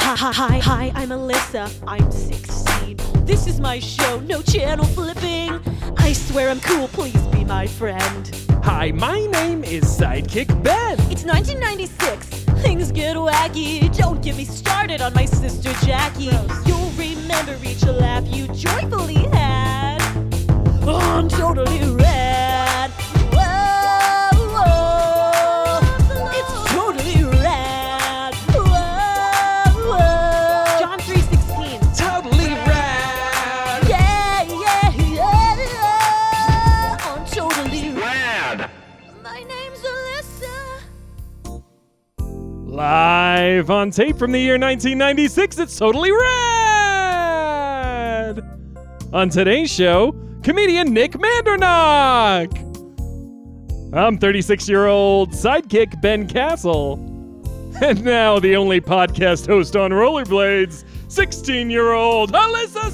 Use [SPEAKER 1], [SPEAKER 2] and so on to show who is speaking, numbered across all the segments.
[SPEAKER 1] Hi, hi, hi, I'm Alyssa. I'm 16. This is my show, no channel flipping. I swear I'm cool, please be my friend.
[SPEAKER 2] Hi, my name is Sidekick Ben.
[SPEAKER 1] It's 1996. Things get wacky. Don't get me started on my sister Jackie. You'll remember each laugh you joyfully had. I'm totally rad. Whoa, whoa. It's totally rad. Whoa, whoa. John 316.
[SPEAKER 2] Totally rad.
[SPEAKER 1] Yeah, yeah, yeah. I'm totally rad.
[SPEAKER 2] Rad.
[SPEAKER 1] My name's Alyssa.
[SPEAKER 2] Live on tape from the year 1996, it's totally rad. On today's show, comedian Nick Mandernock. I'm 36 year old sidekick Ben Castle. And now the only podcast host on rollerblades, 16 year old Alyssa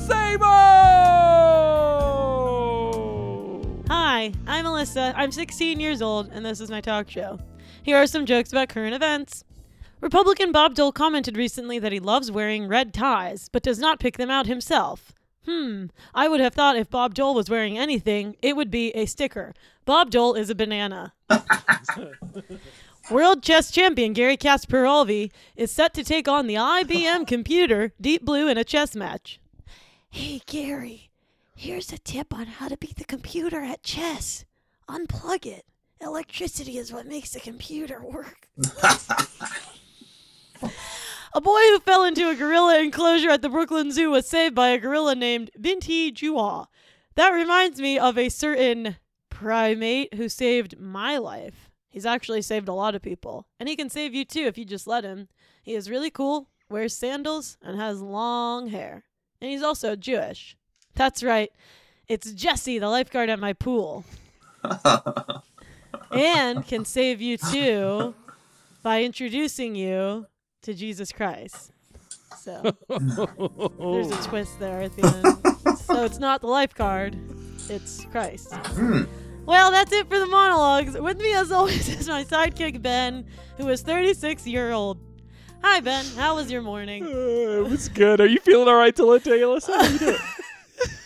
[SPEAKER 2] Sabo.
[SPEAKER 1] Hi, I'm Alyssa. I'm 16 years old, and this is my talk show. Here are some jokes about current events. Republican Bob Dole commented recently that he loves wearing red ties, but does not pick them out himself. Hmm, I would have thought if Bob Dole was wearing anything, it would be a sticker. Bob Dole is a banana. World chess champion Gary Kasparov is set to take on the IBM computer Deep Blue in a chess match. Hey, Gary, here's a tip on how to beat the computer at chess. Unplug it. Electricity is what makes the computer work. a boy who fell into a gorilla enclosure at the Brooklyn Zoo was saved by a gorilla named Binti Juwa. That reminds me of a certain primate who saved my life. He's actually saved a lot of people, and he can save you too if you just let him. He is really cool, wears sandals, and has long hair. And he's also Jewish. That's right. It's Jesse, the lifeguard at my pool. and can save you too by introducing you to Jesus Christ. So there's a twist there at the end. so it's not the lifeguard, it's Christ. Well, that's it for the monologues. With me, as always, is my sidekick, Ben, who is 36 year old. Hi, Ben. How was your morning?
[SPEAKER 2] Uh, it was good. Are you feeling all right till it day, Alyssa? How you doing?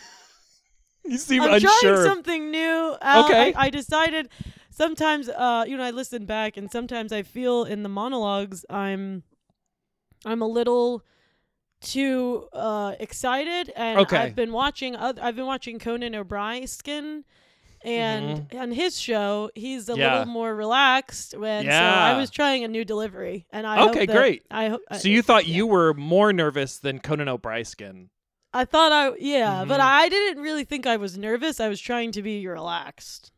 [SPEAKER 2] you seem
[SPEAKER 1] I'm
[SPEAKER 2] unsure.
[SPEAKER 1] trying something new. out.
[SPEAKER 2] Okay.
[SPEAKER 1] I, I decided sometimes, uh, you know, I listen back, and sometimes I feel in the monologues I'm, I'm a little too uh, excited, and
[SPEAKER 2] Okay.
[SPEAKER 1] I've been watching. oth- I've been watching Conan O'Brien skin. And on his show, he's a
[SPEAKER 2] Mm-hmm. Yeah.
[SPEAKER 1] little more relaxed. And so
[SPEAKER 2] Yeah.
[SPEAKER 1] I was trying a new delivery, and I
[SPEAKER 2] Okay,
[SPEAKER 1] hope that-
[SPEAKER 2] great.
[SPEAKER 1] I hope
[SPEAKER 2] so you thought you were more nervous than Conan O'Brien?
[SPEAKER 1] I thought I yeah, but
[SPEAKER 2] Mhm.
[SPEAKER 1] I didn't really think I was nervous. I was trying to be relaxed.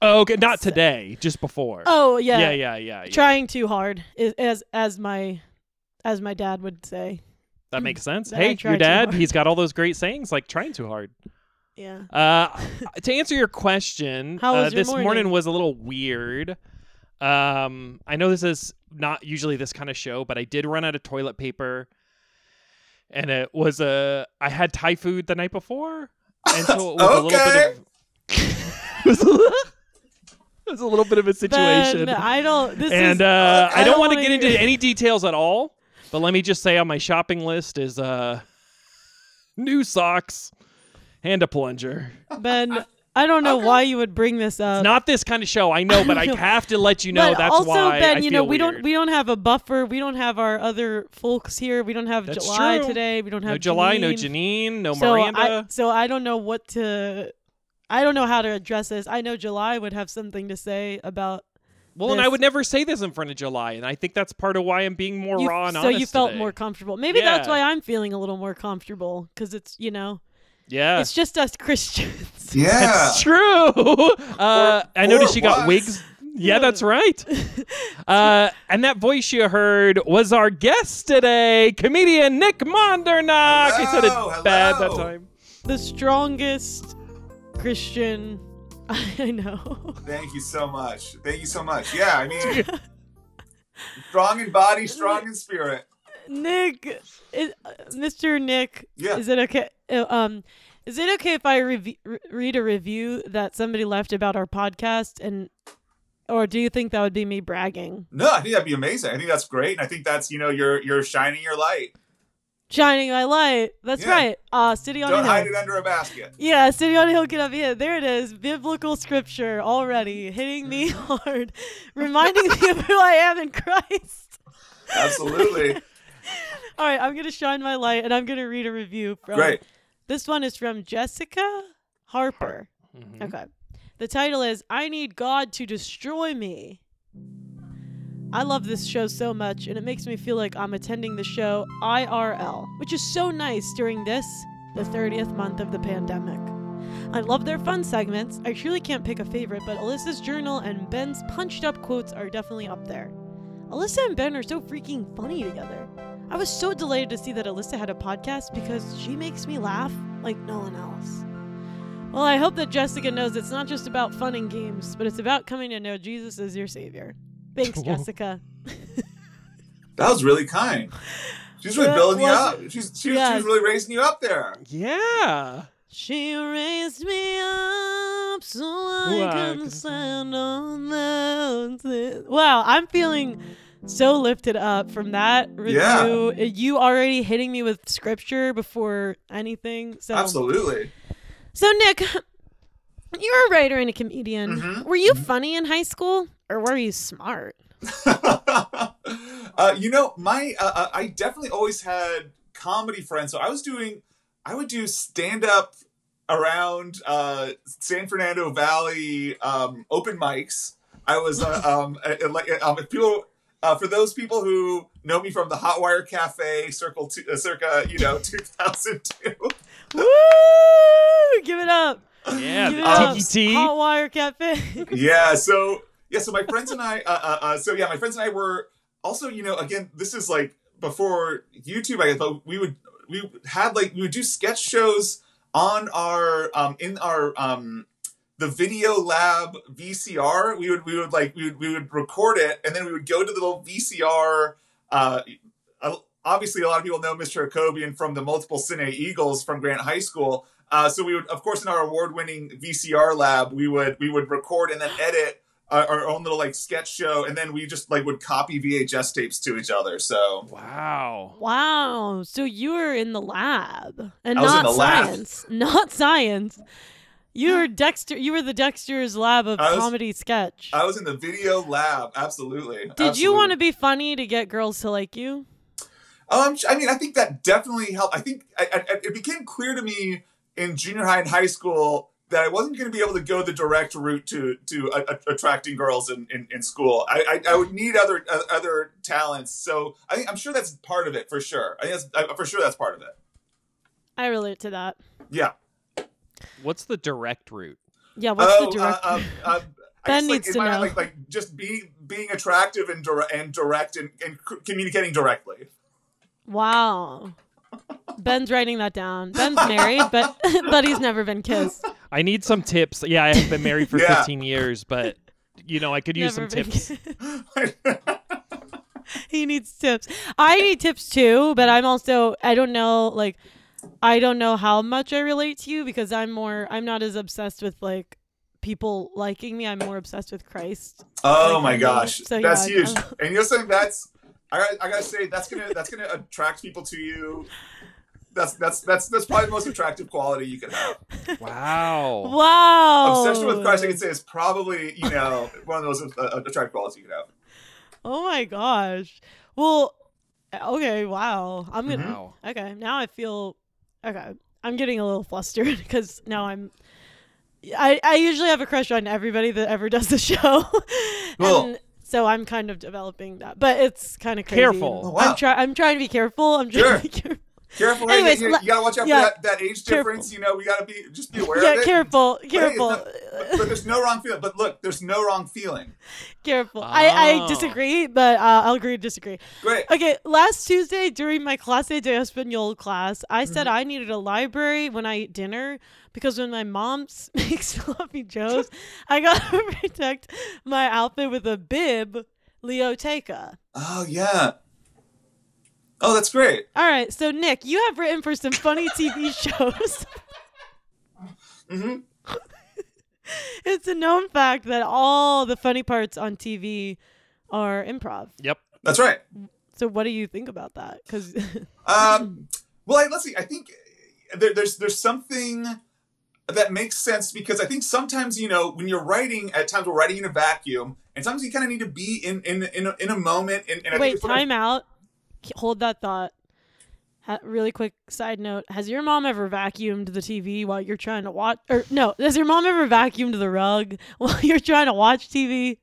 [SPEAKER 2] Oh, okay, not
[SPEAKER 1] So-
[SPEAKER 2] today, just before.
[SPEAKER 1] Oh yeah,
[SPEAKER 2] yeah, yeah, yeah. yeah.
[SPEAKER 1] trying too hard is, as as my as my dad would say.
[SPEAKER 2] that makes sense.
[SPEAKER 1] That I
[SPEAKER 2] Hey,
[SPEAKER 1] tried
[SPEAKER 2] your
[SPEAKER 1] too
[SPEAKER 2] dad,
[SPEAKER 1] hard.
[SPEAKER 2] he's got all those great sayings like trying too hard.
[SPEAKER 1] Yeah.
[SPEAKER 2] Uh, to answer your question,
[SPEAKER 1] How
[SPEAKER 2] uh,
[SPEAKER 1] was your
[SPEAKER 2] this morning?
[SPEAKER 1] morning?
[SPEAKER 2] was a little weird. Um, I know this is not usually this kind of show, but I did run out of toilet paper, and it was a I had Thai food the night before, and so it was a little bit of it, was a, little- it was a little bit of a situation.
[SPEAKER 1] Ben, I don't this
[SPEAKER 2] and
[SPEAKER 1] is
[SPEAKER 2] uh, I
[SPEAKER 1] I
[SPEAKER 2] don't
[SPEAKER 1] don't
[SPEAKER 2] want to
[SPEAKER 1] wanna
[SPEAKER 2] get into
[SPEAKER 1] hear-
[SPEAKER 2] any details at all, but let me just say on my shopping list is uh, new socks and a plunger.
[SPEAKER 1] Ben I don't know why you would bring this up.
[SPEAKER 2] It's not this kind of show, I know, but I have to let you know
[SPEAKER 1] Uh, but
[SPEAKER 2] that's
[SPEAKER 1] also,
[SPEAKER 2] why.
[SPEAKER 1] Ben,
[SPEAKER 2] I
[SPEAKER 1] you know,
[SPEAKER 2] feel
[SPEAKER 1] we don't
[SPEAKER 2] weird.
[SPEAKER 1] we don't have a buffer. We don't have our other folks here. We don't have
[SPEAKER 2] That's
[SPEAKER 1] July
[SPEAKER 2] true.
[SPEAKER 1] today. We don't have
[SPEAKER 2] no July, no
[SPEAKER 1] Janine.
[SPEAKER 2] Janine, no
[SPEAKER 1] so I,
[SPEAKER 2] Miranda.
[SPEAKER 1] so I don't know what to. I don't know how to address this. I know July would have something to say about.
[SPEAKER 2] well, and I
[SPEAKER 1] this-
[SPEAKER 2] would never say this in front of July, and I think that's part of why I'm being more
[SPEAKER 1] you-
[SPEAKER 2] raw and
[SPEAKER 1] so
[SPEAKER 2] honest.
[SPEAKER 1] you felt
[SPEAKER 2] today.
[SPEAKER 1] more comfortable. Maybe that's
[SPEAKER 2] Yeah.
[SPEAKER 1] why I'm feeling a little more comfortable because it's you know
[SPEAKER 2] Yeah,
[SPEAKER 1] it's just us Christians.
[SPEAKER 3] Yeah.
[SPEAKER 2] That's true. Uh, I noticed
[SPEAKER 3] or
[SPEAKER 2] she got
[SPEAKER 3] was.
[SPEAKER 2] wigs. Yeah, that's right. Uh, and that voice you heard was our guest today, comedian Nick Mondernock. I said it
[SPEAKER 3] Hello,
[SPEAKER 2] bad that
[SPEAKER 3] hello.
[SPEAKER 2] time.
[SPEAKER 1] the strongest Christian I know.
[SPEAKER 3] Thank you so much. Thank you so much. Yeah, I mean, strong in body, strong in spirit.
[SPEAKER 1] Nick, is, uh, Mr. Nick,
[SPEAKER 3] Yeah.
[SPEAKER 1] is it okay? uh, Um, is it okay if I rev- re- read a review that somebody left about our podcast, and or do you think that would be me bragging?
[SPEAKER 3] No, I think that'd be amazing. I think that's great. And I think that's, you know, you're you're shining your light.
[SPEAKER 1] shining my light. That's
[SPEAKER 3] Yeah.
[SPEAKER 1] right. Uh, sitting on
[SPEAKER 3] Don't
[SPEAKER 1] a
[SPEAKER 3] hide
[SPEAKER 1] hill.
[SPEAKER 3] it under a basket.
[SPEAKER 1] Yeah, sitting on a hill cannot be hid. There it is. Biblical scripture already hitting me hard, reminding me of who I am in Christ.
[SPEAKER 3] Absolutely.
[SPEAKER 1] All right, I'm going to shine my light and I'm going to read a review from.
[SPEAKER 3] Great.
[SPEAKER 1] This one is from Jessica Harper.
[SPEAKER 2] Mhm.
[SPEAKER 1] Okay. The title is I Need God to Destroy Me. I love this show so much, and it makes me feel like I'm attending the show IRL, which is so nice during this, the 30th month of the pandemic. I love their fun segments. I truly can't pick a favorite, but Alyssa's journal and Ben's punched up quotes are definitely up there. Alyssa and Ben are so freaking funny together. I was so delighted to see that Alyssa had a podcast because she makes me laugh like no one else. Well, I hope that Jessica knows it's not just about fun and games, but it's about coming to know Jesus as your savior. Thanks,
[SPEAKER 2] Whoa.
[SPEAKER 1] Jessica.
[SPEAKER 3] That was really kind. She's really
[SPEAKER 1] That
[SPEAKER 3] building you
[SPEAKER 1] was-
[SPEAKER 3] up. She's, she's,
[SPEAKER 1] Yes.
[SPEAKER 3] she's really raising you up there.
[SPEAKER 2] Yeah.
[SPEAKER 1] She raised me up so
[SPEAKER 2] Well,
[SPEAKER 1] I
[SPEAKER 2] I
[SPEAKER 1] can
[SPEAKER 2] can-
[SPEAKER 1] stand on mountains. Wow, I'm feeling so lifted up from that review.
[SPEAKER 3] Yeah.
[SPEAKER 1] You already hitting me with scripture before anything. So
[SPEAKER 3] Absolutely.
[SPEAKER 1] So Nick, you're a writer and a comedian.
[SPEAKER 3] Mhm.
[SPEAKER 1] Were you funny in high school or were you smart?
[SPEAKER 3] uh, you know, my uh, uh, I definitely always had comedy friends. So I was doing, I would do stand up around uh, San Fernando Valley um, open mics. I was uh, um, uh, uh, like um, if people. Uh, for those people who know me from the Hotwire Cafe, circle two, uh, circa you know 2002,
[SPEAKER 1] Woo! Give it up.
[SPEAKER 2] Yeah.
[SPEAKER 1] Give it
[SPEAKER 2] The
[SPEAKER 3] Um,
[SPEAKER 1] up.
[SPEAKER 2] tiki tea.
[SPEAKER 1] Hot wire cafe.
[SPEAKER 3] yeah so yeah so my friends and i uh, uh, uh, so yeah my friends and i were also you know again this is like before youtube i guess but we would we had like we would do sketch shows on our um in our um the video lab vcr we would we would like we would, we would record it and then we would go to the little vcr uh uh, obviously a lot of people know mr Jacobian from the multiple cine eagles from grant high school uh, so we would, of course, in our award-winning VCR lab, we would we would record and then edit our, our own little like sketch show, and then we just like would copy VHS tapes to each other. So
[SPEAKER 2] Wow.
[SPEAKER 1] Wow. So you were in the lab and
[SPEAKER 3] I was in
[SPEAKER 1] not
[SPEAKER 3] the lab.
[SPEAKER 1] science. Not science. You were Dexter you were the Dexter's lab of
[SPEAKER 3] I was-
[SPEAKER 1] comedy sketch.
[SPEAKER 3] I was in the video lab, absolutely.
[SPEAKER 1] Did you want to be funny to get girls to like you?
[SPEAKER 3] Um, I mean, I think that definitely helped. I think I, I, it became clear to me in junior high and high school that I wasn't going to be able to go the direct route to to a, a- attracting girls in, in, in school. I, I, I would need other uh, other talents. So I think I'm sure that's part of it for sure. I think that's, I, for sure that's part of it.
[SPEAKER 1] I relate to that.
[SPEAKER 3] Yeah.
[SPEAKER 2] What's the direct route?
[SPEAKER 1] Yeah, what's
[SPEAKER 3] Oh,
[SPEAKER 1] the direct
[SPEAKER 3] Uh, um, uh, I
[SPEAKER 1] Ben
[SPEAKER 3] guess,
[SPEAKER 1] needs
[SPEAKER 3] like, in
[SPEAKER 1] to
[SPEAKER 3] my-
[SPEAKER 1] know.
[SPEAKER 3] Like, like just being being attractive and direct and direct and, and c- communicating directly.
[SPEAKER 1] Wow. Ben's writing that down. Ben's married, but but he's never been kissed.
[SPEAKER 2] I need some tips. Yeah, I have been married for
[SPEAKER 3] Yeah.
[SPEAKER 2] 15 years, but you know, I could use
[SPEAKER 1] never
[SPEAKER 2] some
[SPEAKER 1] been
[SPEAKER 2] tips.
[SPEAKER 1] kissed. he needs tips. I need tips too, but I'm also I don't know like I don't know how much I relate to you because I'm more I'm not as obsessed with like people liking me. I'm more obsessed with Christ.
[SPEAKER 3] oh
[SPEAKER 1] Like,
[SPEAKER 3] my
[SPEAKER 1] yeah.
[SPEAKER 3] gosh,
[SPEAKER 1] So,
[SPEAKER 3] that's
[SPEAKER 1] yeah,
[SPEAKER 3] huge.
[SPEAKER 1] uh,
[SPEAKER 3] and you know something that's I, gotta- I gotta say that's gonna that's gonna attract people to you. That's that's that's that's probably the most attractive quality you can have.
[SPEAKER 2] Wow.
[SPEAKER 1] Wow.
[SPEAKER 3] Obsession with Christ, I
[SPEAKER 1] Oh.
[SPEAKER 3] can say, is probably you know one of the most uh, attractive qualities you can have.
[SPEAKER 1] Oh my gosh. Well, okay, wow. I'm going to
[SPEAKER 2] Wow.
[SPEAKER 1] Okay, now I feel okay. I'm getting a little flustered because now I'm. I I usually have a crush on everybody that ever does the show,
[SPEAKER 3] Well-
[SPEAKER 1] and so I'm kind of developing that. But it's kind of crazy.
[SPEAKER 2] Careful.
[SPEAKER 3] Oh, wow.
[SPEAKER 1] I'm trying. I'm trying to be careful. I'm trying
[SPEAKER 3] Sure.
[SPEAKER 1] to be careful.
[SPEAKER 3] Careful,
[SPEAKER 1] Anyways,
[SPEAKER 3] you, you,
[SPEAKER 1] le-
[SPEAKER 3] you gotta watch out
[SPEAKER 1] yeah.
[SPEAKER 3] for that, that age
[SPEAKER 1] Careful.
[SPEAKER 3] difference. You know, we gotta be just be aware of
[SPEAKER 1] Yeah,
[SPEAKER 3] it.
[SPEAKER 1] careful,
[SPEAKER 3] But hey, it's
[SPEAKER 1] careful,
[SPEAKER 3] not- But, but there's no wrong feeling. But look, there's no wrong feeling.
[SPEAKER 1] careful. I I
[SPEAKER 2] Oh.
[SPEAKER 1] disagree, but uh, I'll agree to disagree.
[SPEAKER 3] Great.
[SPEAKER 1] Okay, last Tuesday during my clase de Espanol class, I said I needed a library when I eat dinner because when my mom s- makes sloppy joes, I gotta protect my outfit with a bib, Leoteca.
[SPEAKER 3] Oh yeah. Oh, that's great.
[SPEAKER 1] All right, so Nick, you have written for some funny TV shows.
[SPEAKER 3] Mhm.
[SPEAKER 1] it's a known fact that all the funny parts on TV are improv.
[SPEAKER 2] Yep.
[SPEAKER 3] That's right.
[SPEAKER 1] So what do you think about that? Because
[SPEAKER 3] Um, well, I, let's see. I think there, there's there's something that makes sense because I think sometimes you know when you're writing, at times we're writing in a vacuum, and sometimes you kind of need to be in in in a, in a moment. And, and I think
[SPEAKER 1] wait,
[SPEAKER 3] that's what I-
[SPEAKER 1] time out. K- Hold that thought. Ha- really quick side note: Has your mom ever vacuumed the TV while you're trying to watch? Or no, has your mom ever vacuumed the rug while you're trying to watch TV?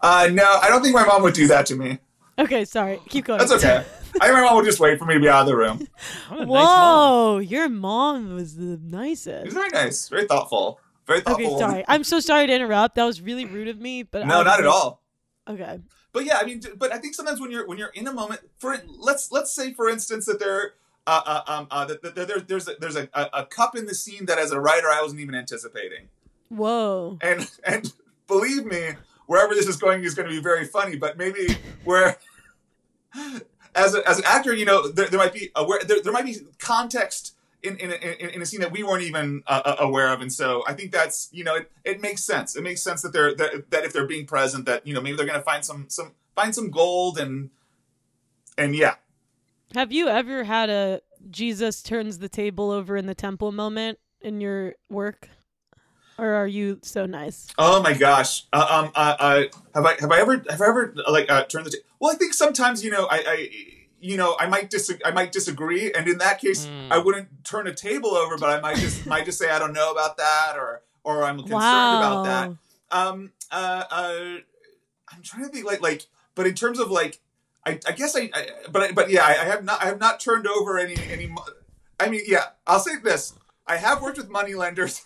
[SPEAKER 3] Uh, no, I don't think my mom would do that to me.
[SPEAKER 1] Okay, sorry. Keep going.
[SPEAKER 3] That's okay. I think my mom would just wait for me to be out of the room.
[SPEAKER 2] What a nice mom.
[SPEAKER 1] Whoa, your mom was the nicest.
[SPEAKER 3] It's very nice, very thoughtful, very thoughtful.
[SPEAKER 1] Okay,
[SPEAKER 3] woman.
[SPEAKER 1] sorry. Um, I'm so sorry to interrupt. That was really rude of me, but I
[SPEAKER 3] No,
[SPEAKER 1] was
[SPEAKER 3] not at
[SPEAKER 1] like-
[SPEAKER 3] all.
[SPEAKER 1] Okay.
[SPEAKER 3] But yeah, I mean, d- but I think sometimes when you're when you're in a moment, for let's let's say for instance that there. Uh, uh, um, uh, that, that there, there's there's a, there's a, a, a cup in the scene that as a writer I wasn't even anticipating,
[SPEAKER 1] Whoa.
[SPEAKER 3] and and believe me, wherever this is going is going to be very funny. But maybe where as a, as an actor, you know, there, there might be aware there, there might be context in in, a- in in a scene that we weren't even uh, uh, aware of, and so I think that's you know it, it makes sense. It makes sense that they're that, that if they're being present, that you know maybe they're going to find some some find some gold and and yeah.
[SPEAKER 1] Have you ever had a Jesus turns the table over in the temple moment in your work? Or are you so nice?
[SPEAKER 3] Oh my gosh. Uh, um. Uh, uh. Have I have I ever have I ever like uh, turned the ta- well? I think sometimes you know I I you know I might dis I might disagree, and in that case
[SPEAKER 2] Mm.
[SPEAKER 3] I wouldn't turn a table over, but I might just might just say I don't know about that, or or I'm concerned
[SPEAKER 1] wow.
[SPEAKER 3] about that. Um. Uh. Uh. I'm trying to think like like, but in terms of like, I I guess I, I but I, but yeah I, I have not I have not turned over any any. mo- I mean yeah I'll say this I have worked with moneylenders.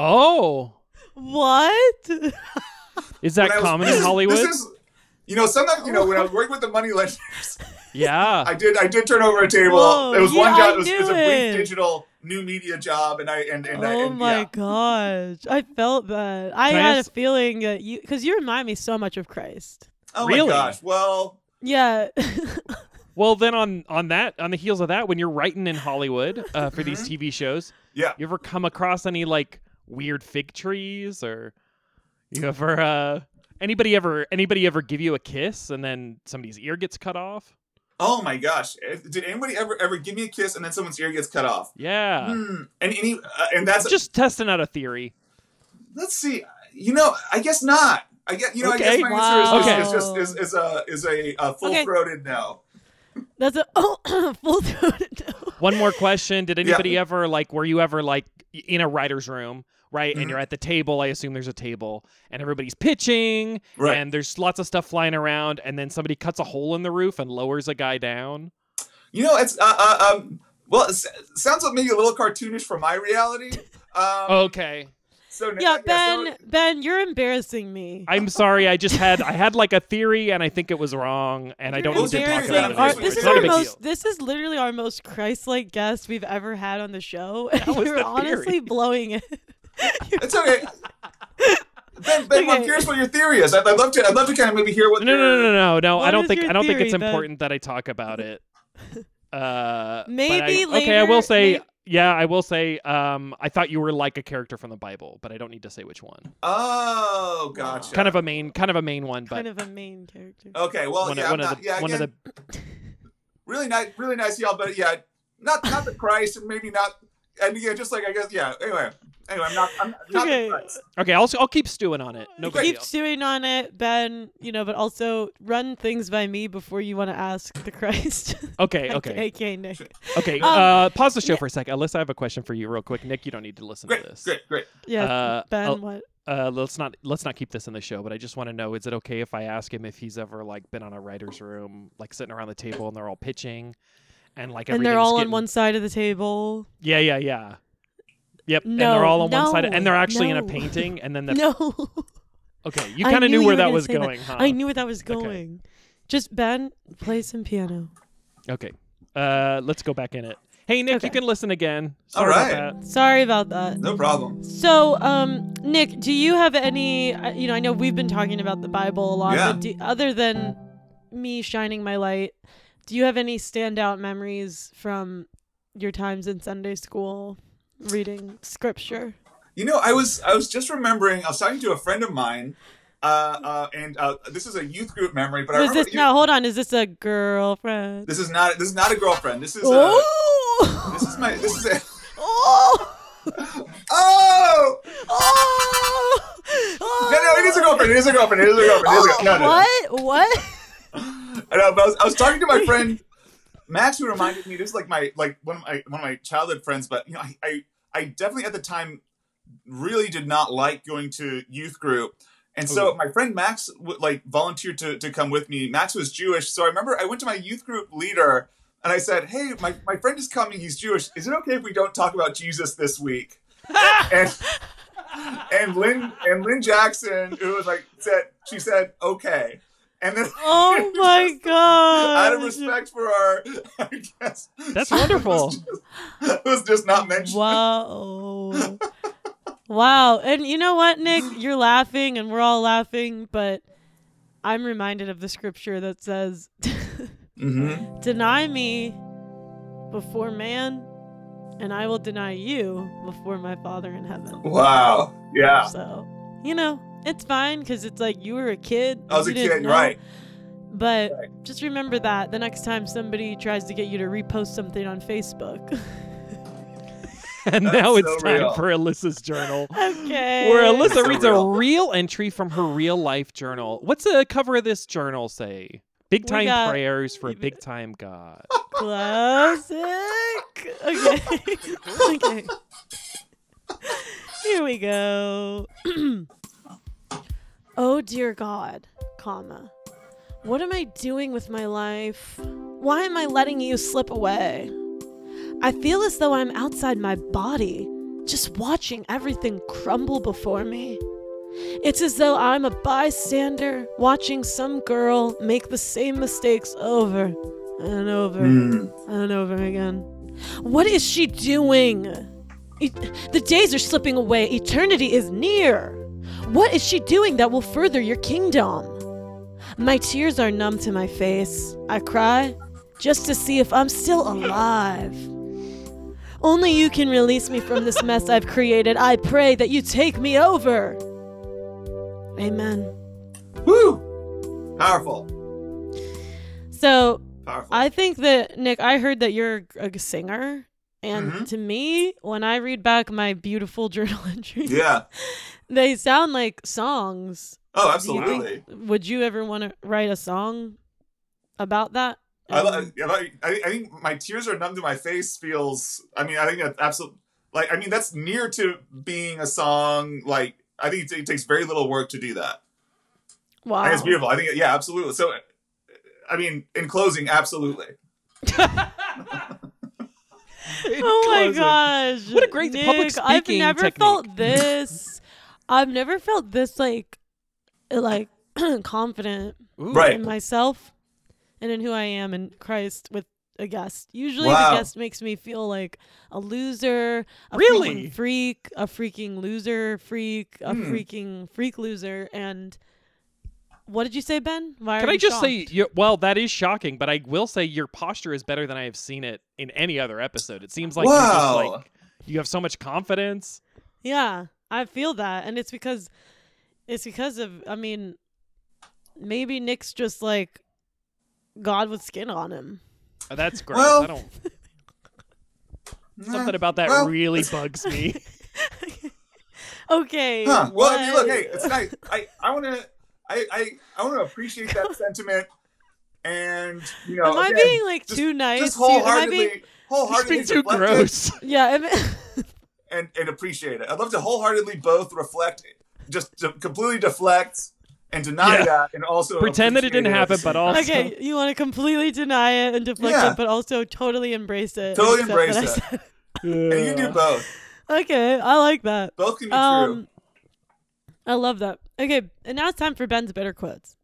[SPEAKER 2] Oh,
[SPEAKER 1] What?
[SPEAKER 2] is that
[SPEAKER 3] when I was-
[SPEAKER 2] common
[SPEAKER 3] this
[SPEAKER 2] in
[SPEAKER 3] is-
[SPEAKER 2] Hollywood?
[SPEAKER 3] This is, you know, sometimes you know when I was working with the money lenders,
[SPEAKER 2] yeah.
[SPEAKER 3] I did I did turn over a table.
[SPEAKER 1] Whoa,
[SPEAKER 3] it was one
[SPEAKER 1] yeah,
[SPEAKER 3] job.
[SPEAKER 1] I
[SPEAKER 3] It was, it
[SPEAKER 1] knew
[SPEAKER 3] was a
[SPEAKER 1] it.
[SPEAKER 3] brief digital new media job, and I and and, I,
[SPEAKER 1] oh
[SPEAKER 3] and
[SPEAKER 1] my
[SPEAKER 3] yeah.
[SPEAKER 1] gosh. I felt that. I
[SPEAKER 2] Can I
[SPEAKER 1] had
[SPEAKER 2] ask-
[SPEAKER 1] a feeling that you, because you remind me so much of Christ.
[SPEAKER 3] Oh
[SPEAKER 2] Really?
[SPEAKER 3] my gosh. Well,
[SPEAKER 1] Yeah.
[SPEAKER 2] Well, then on on that on the heels of that, when you're writing in Hollywood uh, for these TV shows,
[SPEAKER 3] Mm-hmm. yeah.
[SPEAKER 2] you ever come across any like weird fig trees or you ever uh, anybody ever anybody ever give you a kiss and then somebody's ear gets cut off?
[SPEAKER 3] Oh my gosh. If- Did anybody ever ever give me a kiss and then someone's ear gets cut off?
[SPEAKER 2] Yeah,
[SPEAKER 3] Hmm. And any uh, and that's
[SPEAKER 2] just testing out a theory.
[SPEAKER 3] let's see. You know, I guess not. I guess you know. I
[SPEAKER 2] Okay.
[SPEAKER 3] guess my answer is,
[SPEAKER 2] Wow.
[SPEAKER 3] is, is just is, is a is a, uh full throated no.
[SPEAKER 1] That's a full throated no.
[SPEAKER 2] One more question: Did
[SPEAKER 3] Yeah.
[SPEAKER 2] anybody ever like? Were you ever like y- in a writer's room, right? And
[SPEAKER 3] Mhm.
[SPEAKER 2] you're at the table. I assume there's a table, and everybody's pitching,
[SPEAKER 3] Right.
[SPEAKER 2] and there's lots of stuff flying around, and then somebody cuts a hole in the roof and lowers a guy down.
[SPEAKER 3] You know, it's uh, uh, um. Well, it s- sounds like maybe a little cartoonish for my reality. Um,
[SPEAKER 1] Oh,
[SPEAKER 2] Okay.
[SPEAKER 3] so no-
[SPEAKER 1] Yeah,
[SPEAKER 3] so-
[SPEAKER 1] Ben, Ben, you're embarrassing me.
[SPEAKER 2] I'm sorry. I just had I had like a theory, and I think it was wrong, and I don't
[SPEAKER 1] You're
[SPEAKER 2] need to talk
[SPEAKER 1] embarrassing.
[SPEAKER 2] about it. anymore.
[SPEAKER 1] Our-
[SPEAKER 3] Alright,
[SPEAKER 1] this
[SPEAKER 2] It's
[SPEAKER 1] is
[SPEAKER 2] not a
[SPEAKER 1] our
[SPEAKER 2] big
[SPEAKER 1] most.
[SPEAKER 2] deal.
[SPEAKER 1] This is literally our most Christ-like guest we've ever had on the show, and
[SPEAKER 2] was the
[SPEAKER 1] you're
[SPEAKER 2] theory.
[SPEAKER 1] honestly blowing it.
[SPEAKER 3] It's okay. Ben, ben well, I'm
[SPEAKER 1] Okay.
[SPEAKER 3] curious what your theory is. I'd, I'd love to. I'd love to kind of maybe hear what.
[SPEAKER 2] No, no, no, no, no, no. I
[SPEAKER 1] What
[SPEAKER 2] don't
[SPEAKER 1] is
[SPEAKER 2] think
[SPEAKER 1] your
[SPEAKER 2] I don't think
[SPEAKER 1] theory,
[SPEAKER 2] it's
[SPEAKER 1] Ben?
[SPEAKER 2] important that I talk about it. Uh, but
[SPEAKER 1] Maybe
[SPEAKER 2] I, Okay, I will
[SPEAKER 1] later,
[SPEAKER 2] say.
[SPEAKER 1] may-
[SPEAKER 2] yeah, I will say. Um, I thought you were like a character from the Bible, but I don't need to say which one.
[SPEAKER 3] Oh, gotcha.
[SPEAKER 2] Kind of a main, kind of a main one, but
[SPEAKER 1] kind of a main character.
[SPEAKER 3] Okay. Well,
[SPEAKER 2] one,
[SPEAKER 3] yeah.
[SPEAKER 2] of,
[SPEAKER 3] I'm
[SPEAKER 2] one,
[SPEAKER 3] not,
[SPEAKER 2] of the,
[SPEAKER 3] yeah.
[SPEAKER 2] one of
[SPEAKER 3] again,
[SPEAKER 2] the.
[SPEAKER 3] really nice. Really nice, y'all. But yeah, not not the Christ, and maybe not. And yeah, just like I guess. Yeah. Anyway. Anyway, I'm not. I'm not
[SPEAKER 1] Okay.
[SPEAKER 3] the Christ.
[SPEAKER 2] Okay, I'll I'll keep stewing on it. No big
[SPEAKER 1] Keep
[SPEAKER 2] deal.
[SPEAKER 1] stewing on it, Ben. You know, but also run things by me before you want to ask the Christ.
[SPEAKER 2] Okay, okay,
[SPEAKER 1] aka Nick.
[SPEAKER 2] okay.
[SPEAKER 1] Um,
[SPEAKER 2] uh, pause the show for a second, Alyssa. I have a question for you, real quick. Nick, you don't need to listen
[SPEAKER 3] Great.
[SPEAKER 2] to this.
[SPEAKER 3] Great. Great.
[SPEAKER 1] Yeah,
[SPEAKER 2] Uh,
[SPEAKER 1] Ben.
[SPEAKER 2] I'll-
[SPEAKER 1] what?
[SPEAKER 2] uh, let's not let's not keep this in the show, but I just want to know: is it okay if I ask him if he's ever like been on a writer's room, like sitting around the table and they're all pitching, and like
[SPEAKER 1] And they're
[SPEAKER 2] everything's
[SPEAKER 1] all
[SPEAKER 2] getting-
[SPEAKER 1] on one side of the table.
[SPEAKER 2] Yeah, yeah, yeah. Yep. and
[SPEAKER 1] No,
[SPEAKER 2] they're all on one side,
[SPEAKER 1] no,
[SPEAKER 2] and they're actually in a
[SPEAKER 1] no.
[SPEAKER 2] painting, and then the
[SPEAKER 1] No,
[SPEAKER 2] okay, you
[SPEAKER 1] I
[SPEAKER 2] kind of
[SPEAKER 1] knew
[SPEAKER 2] knew
[SPEAKER 1] you
[SPEAKER 2] where
[SPEAKER 1] were
[SPEAKER 2] that
[SPEAKER 1] gonna
[SPEAKER 2] was
[SPEAKER 1] say that.
[SPEAKER 2] going, huh?
[SPEAKER 1] I knew where that was
[SPEAKER 2] Uh, Okay.
[SPEAKER 1] going. Just Ben, play some piano.
[SPEAKER 2] Okay. Uh, let's go back in it. Hey, Nick, you
[SPEAKER 1] Okay.
[SPEAKER 2] can listen again.
[SPEAKER 3] All
[SPEAKER 2] Sorry about
[SPEAKER 3] right.
[SPEAKER 2] that.
[SPEAKER 1] Sorry about that.
[SPEAKER 3] No problem.
[SPEAKER 1] So, um, Nick, do you have any? uh, You know, I know we've been talking about the Bible a lot,
[SPEAKER 3] Yeah.
[SPEAKER 1] but do, other than me shining my light, do you have any standout memories from your times in Sunday school reading scripture?
[SPEAKER 3] You know, I was I was just remembering. I was talking to a friend of mine Uh, uh, and uh, this is a youth group memory, but I
[SPEAKER 1] Was
[SPEAKER 3] remember
[SPEAKER 1] this
[SPEAKER 3] you-
[SPEAKER 1] now? Hold on. Is this a girlfriend?
[SPEAKER 3] this is not this is not a girlfriend. This is a,
[SPEAKER 1] Oh.
[SPEAKER 3] this is my this is a,
[SPEAKER 1] oh.
[SPEAKER 3] oh
[SPEAKER 1] Oh.
[SPEAKER 3] no no it is a girlfriend it is a girlfriend it is a girlfriend it is a, no, no, no.
[SPEAKER 1] What? What?
[SPEAKER 3] And I was, I was talking to my friend Max, who reminded me this is like my like one of my one of my childhood friends. But you know, I I, I definitely at the time really did not like going to youth group. And so
[SPEAKER 2] Ooh.
[SPEAKER 3] my friend Max would like volunteered to, to come with me. Max was Jewish, so I remember I went to my youth group leader and I said, "Hey, my, my friend is coming. He's Jewish. Is it okay if we don't talk about Jesus this week?" and and Lynn and Lynn Jackson, who was like said, she said, "Okay." And then
[SPEAKER 1] Oh my god.
[SPEAKER 3] out of respect for our, I guess.
[SPEAKER 2] That's
[SPEAKER 3] it was
[SPEAKER 2] wonderful.
[SPEAKER 3] just- It was just not mentioned.
[SPEAKER 1] Wow. wow. And you know what, Nick? You're laughing and we're all laughing, but I'm reminded of the scripture that says,
[SPEAKER 3] Mm-hmm.
[SPEAKER 1] Deny me before man, and I will deny you before my Father in heaven.
[SPEAKER 3] Wow. Yeah.
[SPEAKER 1] So, you know, it's fine because it's like you were a kid.
[SPEAKER 3] I was
[SPEAKER 1] you
[SPEAKER 3] a
[SPEAKER 1] didn't
[SPEAKER 3] kid,
[SPEAKER 1] know,
[SPEAKER 3] right?
[SPEAKER 1] But
[SPEAKER 3] Right.
[SPEAKER 1] just remember that the next time somebody tries to get you to repost something on Facebook.
[SPEAKER 2] And
[SPEAKER 3] That's
[SPEAKER 2] now it's
[SPEAKER 3] so
[SPEAKER 2] time
[SPEAKER 3] real.
[SPEAKER 2] for Alyssa's journal.
[SPEAKER 1] okay.
[SPEAKER 2] Where Alyssa
[SPEAKER 3] So
[SPEAKER 2] reads
[SPEAKER 3] real.
[SPEAKER 2] a real entry from her real life journal. What's the cover of this journal say? Big
[SPEAKER 1] We
[SPEAKER 2] time
[SPEAKER 1] got-
[SPEAKER 2] prayers for a big time God.
[SPEAKER 1] Classic. Okay. okay. Here we go. oh dear God, comma. What am I doing with my life? Why am I letting you slip away? I feel as though I'm outside my body, just watching everything crumble before me. It's as though I'm a bystander watching some girl make the same mistakes over and over
[SPEAKER 3] Mm.
[SPEAKER 1] and over again. What is she doing? E- the days are slipping away. Eternity is near. What is she doing that will further your kingdom? My tears are numb to my face. I cry just to see if I'm still alive. Only you can release me from this mess I've created. I pray that you take me over. Amen.
[SPEAKER 3] Woo! Powerful.
[SPEAKER 1] So,
[SPEAKER 3] Powerful.
[SPEAKER 1] I think that Nick, I heard that you're a g- singer, and
[SPEAKER 3] Mhm.
[SPEAKER 1] to me, when I read back my beautiful journal entries,
[SPEAKER 3] yeah.
[SPEAKER 1] they sound like songs.
[SPEAKER 3] Oh,
[SPEAKER 1] Do you think-
[SPEAKER 3] absolutely.
[SPEAKER 1] would you ever want to write a song about that?
[SPEAKER 3] I, lo-
[SPEAKER 1] Um,
[SPEAKER 3] I, I, I think my tears are numb to my face. Feels. I mean, I think that's absolutely. Like, I mean, that's near to being a song. Like, I think it, it takes very little work to do that.
[SPEAKER 1] wow.
[SPEAKER 3] I think it's beautiful. I think, yeah, absolutely. So, I mean, in closing, absolutely.
[SPEAKER 1] Oh my
[SPEAKER 2] Closing.
[SPEAKER 1] gosh!
[SPEAKER 2] What a great
[SPEAKER 1] Nick,
[SPEAKER 2] public
[SPEAKER 1] I've
[SPEAKER 2] speaking
[SPEAKER 1] never
[SPEAKER 2] technique.
[SPEAKER 1] felt this. I've never felt this like, like confident
[SPEAKER 2] Ooh.
[SPEAKER 3] Right.
[SPEAKER 1] in myself and in who I am in Christ with a guest. Usually
[SPEAKER 3] Wow.
[SPEAKER 1] the guest makes me feel like a loser, a
[SPEAKER 2] Really?
[SPEAKER 1] freaking freak, a freaking loser freak, a
[SPEAKER 3] Hmm.
[SPEAKER 1] freaking freak loser. And what did you say, Ben? Why
[SPEAKER 2] Can
[SPEAKER 1] are
[SPEAKER 2] I
[SPEAKER 1] you
[SPEAKER 2] just say,
[SPEAKER 1] shocked?
[SPEAKER 2] you well, that is shocking, but I will say your posture is better than I have seen it in any other episode. It seems like you're just
[SPEAKER 3] Wow.
[SPEAKER 2] like you have so much confidence.
[SPEAKER 1] Yeah, I feel that. And it's because it's because of I mean maybe Nick's just like God with skin on him.
[SPEAKER 2] Oh, That's gross. I
[SPEAKER 3] Well- eh,
[SPEAKER 2] don't. Something about that
[SPEAKER 3] Well-
[SPEAKER 2] really bugs me.
[SPEAKER 1] Okay.
[SPEAKER 3] Huh. Well, I mean, look,
[SPEAKER 1] what?
[SPEAKER 3] hey, it's nice. I, I want to, I, I, I want to appreciate that sentiment, and you know,
[SPEAKER 1] Am I
[SPEAKER 3] again,
[SPEAKER 1] being like
[SPEAKER 3] just-
[SPEAKER 1] too nice?
[SPEAKER 3] just
[SPEAKER 1] too- am I
[SPEAKER 3] wholeheartedly,
[SPEAKER 1] being-
[SPEAKER 2] It's
[SPEAKER 3] wholeheartedly
[SPEAKER 2] being too
[SPEAKER 3] reflect it
[SPEAKER 2] gross.
[SPEAKER 1] Yeah. I mean-
[SPEAKER 3] and and appreciate it. I'd love to wholeheartedly both reflect, just to completely deflect and deny
[SPEAKER 2] Yeah.
[SPEAKER 3] that, and also
[SPEAKER 2] Pretend that it
[SPEAKER 3] appreciate
[SPEAKER 2] didn't
[SPEAKER 3] at the
[SPEAKER 2] happen,
[SPEAKER 3] same
[SPEAKER 2] but
[SPEAKER 3] time.
[SPEAKER 2] also
[SPEAKER 1] okay, you want to completely deny it and deflect
[SPEAKER 3] Yeah.
[SPEAKER 1] it, but also totally embrace it. and
[SPEAKER 3] Totally
[SPEAKER 1] accept that
[SPEAKER 3] embrace
[SPEAKER 1] I said-
[SPEAKER 3] and you do both.
[SPEAKER 1] okay, I like that.
[SPEAKER 3] Both can be true.
[SPEAKER 1] uh, Um, I love that. Okay, and now it's time for Ben's better quotes,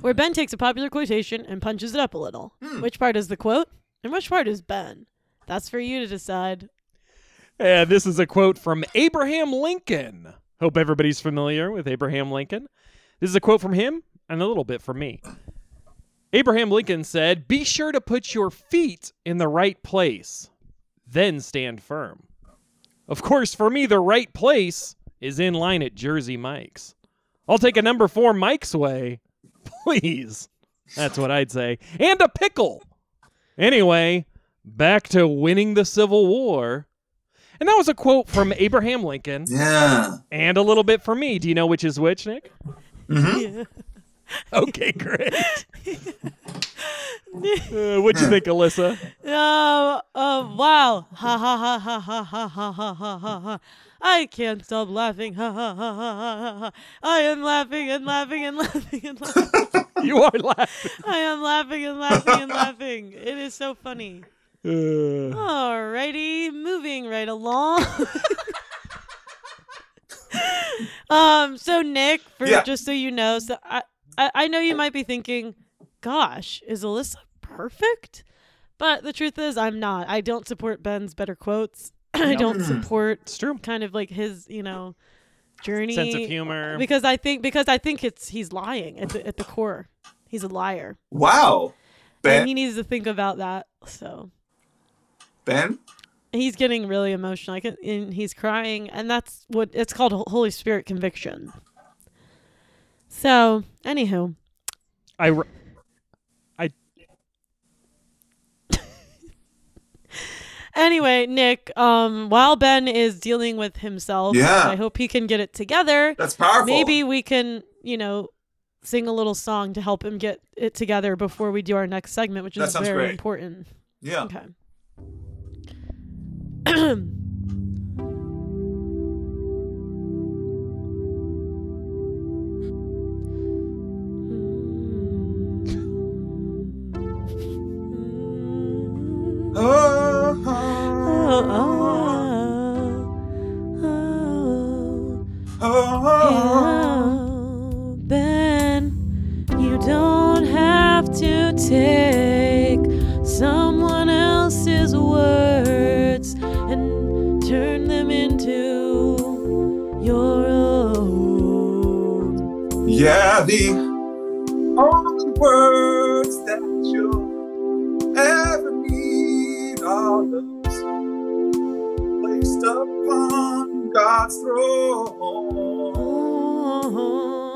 [SPEAKER 1] where Ben takes a popular quotation and punches it up a little.
[SPEAKER 3] Hmm.
[SPEAKER 1] Which part is the quote, and which part is Ben? That's for you to decide.
[SPEAKER 2] And this is a quote from Abraham Lincoln. Hope everybody's familiar with Abraham Lincoln. This is a quote from him and a little bit from me. Abraham Lincoln said, Be sure to put your feet in the right place, then stand firm. Of course, for me, the right place is in line at Jersey Mike's. I'll take a number four Mike's way. Please. That's what I'd say. And a pickle. Anyway, back to winning the Civil War. And that was a quote from Abraham Lincoln
[SPEAKER 3] Yeah.
[SPEAKER 2] and a little bit from me. Do you know which is which, Nick?
[SPEAKER 3] hmm
[SPEAKER 1] Yeah.
[SPEAKER 2] Okay, great. Uh, what'd you think, Alyssa?
[SPEAKER 1] Oh, oh, wow. Ha ha ha ha ha ha ha ha ha ha ha. I can't stop laughing. Ha ha ha ha ha ha ha. I am laughing and laughing and laughing and laughing.
[SPEAKER 2] You are laughing.
[SPEAKER 1] I am laughing and laughing and laughing. It is so funny.
[SPEAKER 2] Uh,
[SPEAKER 1] Alrighty, moving right along. um, so Nick, for
[SPEAKER 3] Yeah.
[SPEAKER 1] just so you know, so I, I I know you might be thinking, gosh, is Alyssa perfect? But the truth is I'm not. I don't support Ben's better quotes. I
[SPEAKER 2] Yep.
[SPEAKER 1] don't
[SPEAKER 3] Hmm.
[SPEAKER 1] support
[SPEAKER 2] it's true.
[SPEAKER 1] kind of like his, you know, journey
[SPEAKER 2] Sense of humor.
[SPEAKER 1] because I think because I think it's he's lying at the at the core. He's a liar.
[SPEAKER 3] Wow.
[SPEAKER 1] And
[SPEAKER 3] Ben,
[SPEAKER 1] he needs to think about that. So
[SPEAKER 3] Ben,
[SPEAKER 1] he's getting really emotional I can, and he's crying and that's what it's called Hol- holy spirit conviction so anywho
[SPEAKER 2] I, r- I
[SPEAKER 1] anyway nick um while ben is dealing with himself
[SPEAKER 3] Yeah.
[SPEAKER 1] i hope he can get it together
[SPEAKER 3] that's powerful.
[SPEAKER 1] maybe we can you know sing a little song to help him get it together before we do our next segment which
[SPEAKER 3] That
[SPEAKER 1] is
[SPEAKER 3] sounds
[SPEAKER 1] very
[SPEAKER 3] great.
[SPEAKER 1] important
[SPEAKER 3] Yeah.
[SPEAKER 1] okay
[SPEAKER 3] Hmm. Oh, oh, oh, oh.
[SPEAKER 1] Ben, you don't have to take someone else's words and turn them into your own.
[SPEAKER 3] Yeah, the only words that you'll ever need are those placed upon God's throne.
[SPEAKER 1] Oh,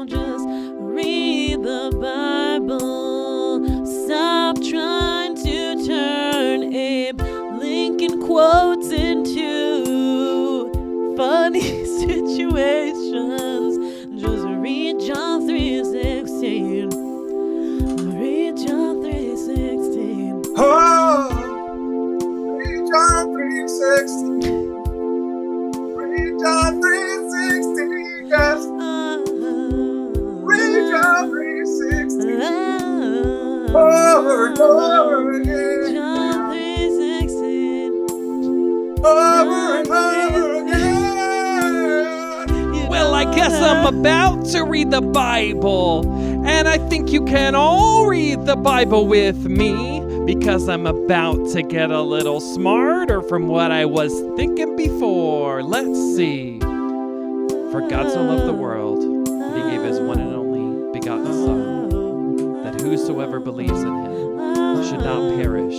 [SPEAKER 1] just read the Bible. Stop trying to turn Abe Lincoln quotes into funny situations. Just read John 3:16. Read John 3:16.
[SPEAKER 3] Oh, read John 360. Read John 360. Yes, read John 360. Over and over again.
[SPEAKER 1] John 3:16.
[SPEAKER 3] Over and over again.
[SPEAKER 2] Well, I guess I'm about to read the Bible. And I think you can all read the Bible with me because I'm about to get a little smarter from what I was thinking before. Let's see. For God so loved the world, he gave his one and only begotten Son, that whosoever believes in him should not perish,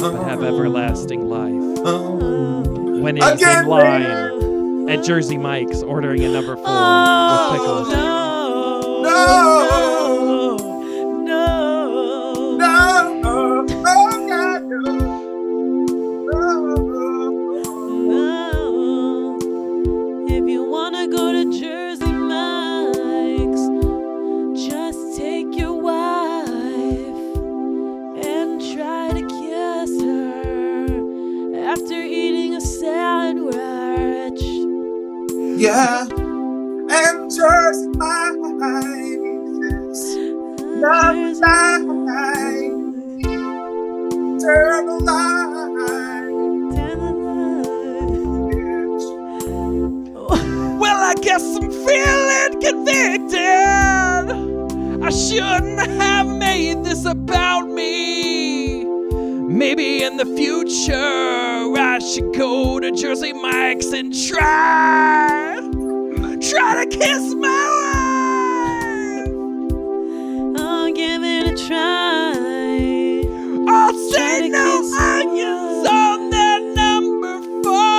[SPEAKER 2] but have everlasting life.
[SPEAKER 3] Oh,
[SPEAKER 2] When it is in
[SPEAKER 3] Again,
[SPEAKER 2] line at Jersey Mike's ordering a number four with pickles.
[SPEAKER 1] no.
[SPEAKER 3] No.
[SPEAKER 1] No.
[SPEAKER 3] No, oh, God, no. No.
[SPEAKER 1] No. If you wanna go to Jersey Mike's, just take your wife and try to kiss her after eating a sandwich.
[SPEAKER 3] Yeah. And just my eyes. Love
[SPEAKER 1] Jersey
[SPEAKER 3] light. Eternal light.
[SPEAKER 1] Mike's.
[SPEAKER 2] Well, I guess I'm feeling convicted. I shouldn't have made this about me. Maybe in the future I should go to Jersey Mike's and try, try to kiss my wife.
[SPEAKER 1] I'll give it a try.
[SPEAKER 2] I'll say no onions on that number four.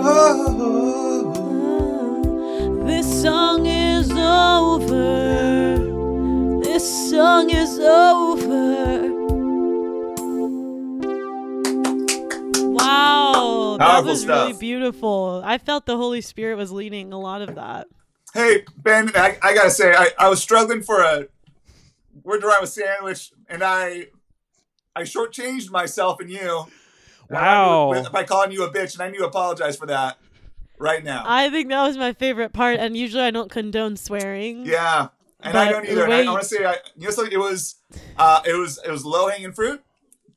[SPEAKER 1] Oh,
[SPEAKER 3] Oh,
[SPEAKER 1] oh, that
[SPEAKER 3] Powerful
[SPEAKER 1] was
[SPEAKER 3] stuff.
[SPEAKER 1] really beautiful. I felt the Holy Spirit was leading a lot of that.
[SPEAKER 3] Hey, Ben, I, I gotta say, I, I was struggling for a word to rhyme with sandwich, and I I shortchanged myself and you.
[SPEAKER 1] Oh.
[SPEAKER 2] Wow.
[SPEAKER 3] With- by calling you a bitch, and I need to apologize for that right now.
[SPEAKER 1] I think that was my favorite part, and usually I don't condone swearing.
[SPEAKER 3] yeah, and
[SPEAKER 1] But
[SPEAKER 3] I don't
[SPEAKER 1] the
[SPEAKER 3] either. And
[SPEAKER 1] way
[SPEAKER 3] I,
[SPEAKER 1] you-
[SPEAKER 3] want to say, I, you know, something? it was uh, it was it was low hanging fruit.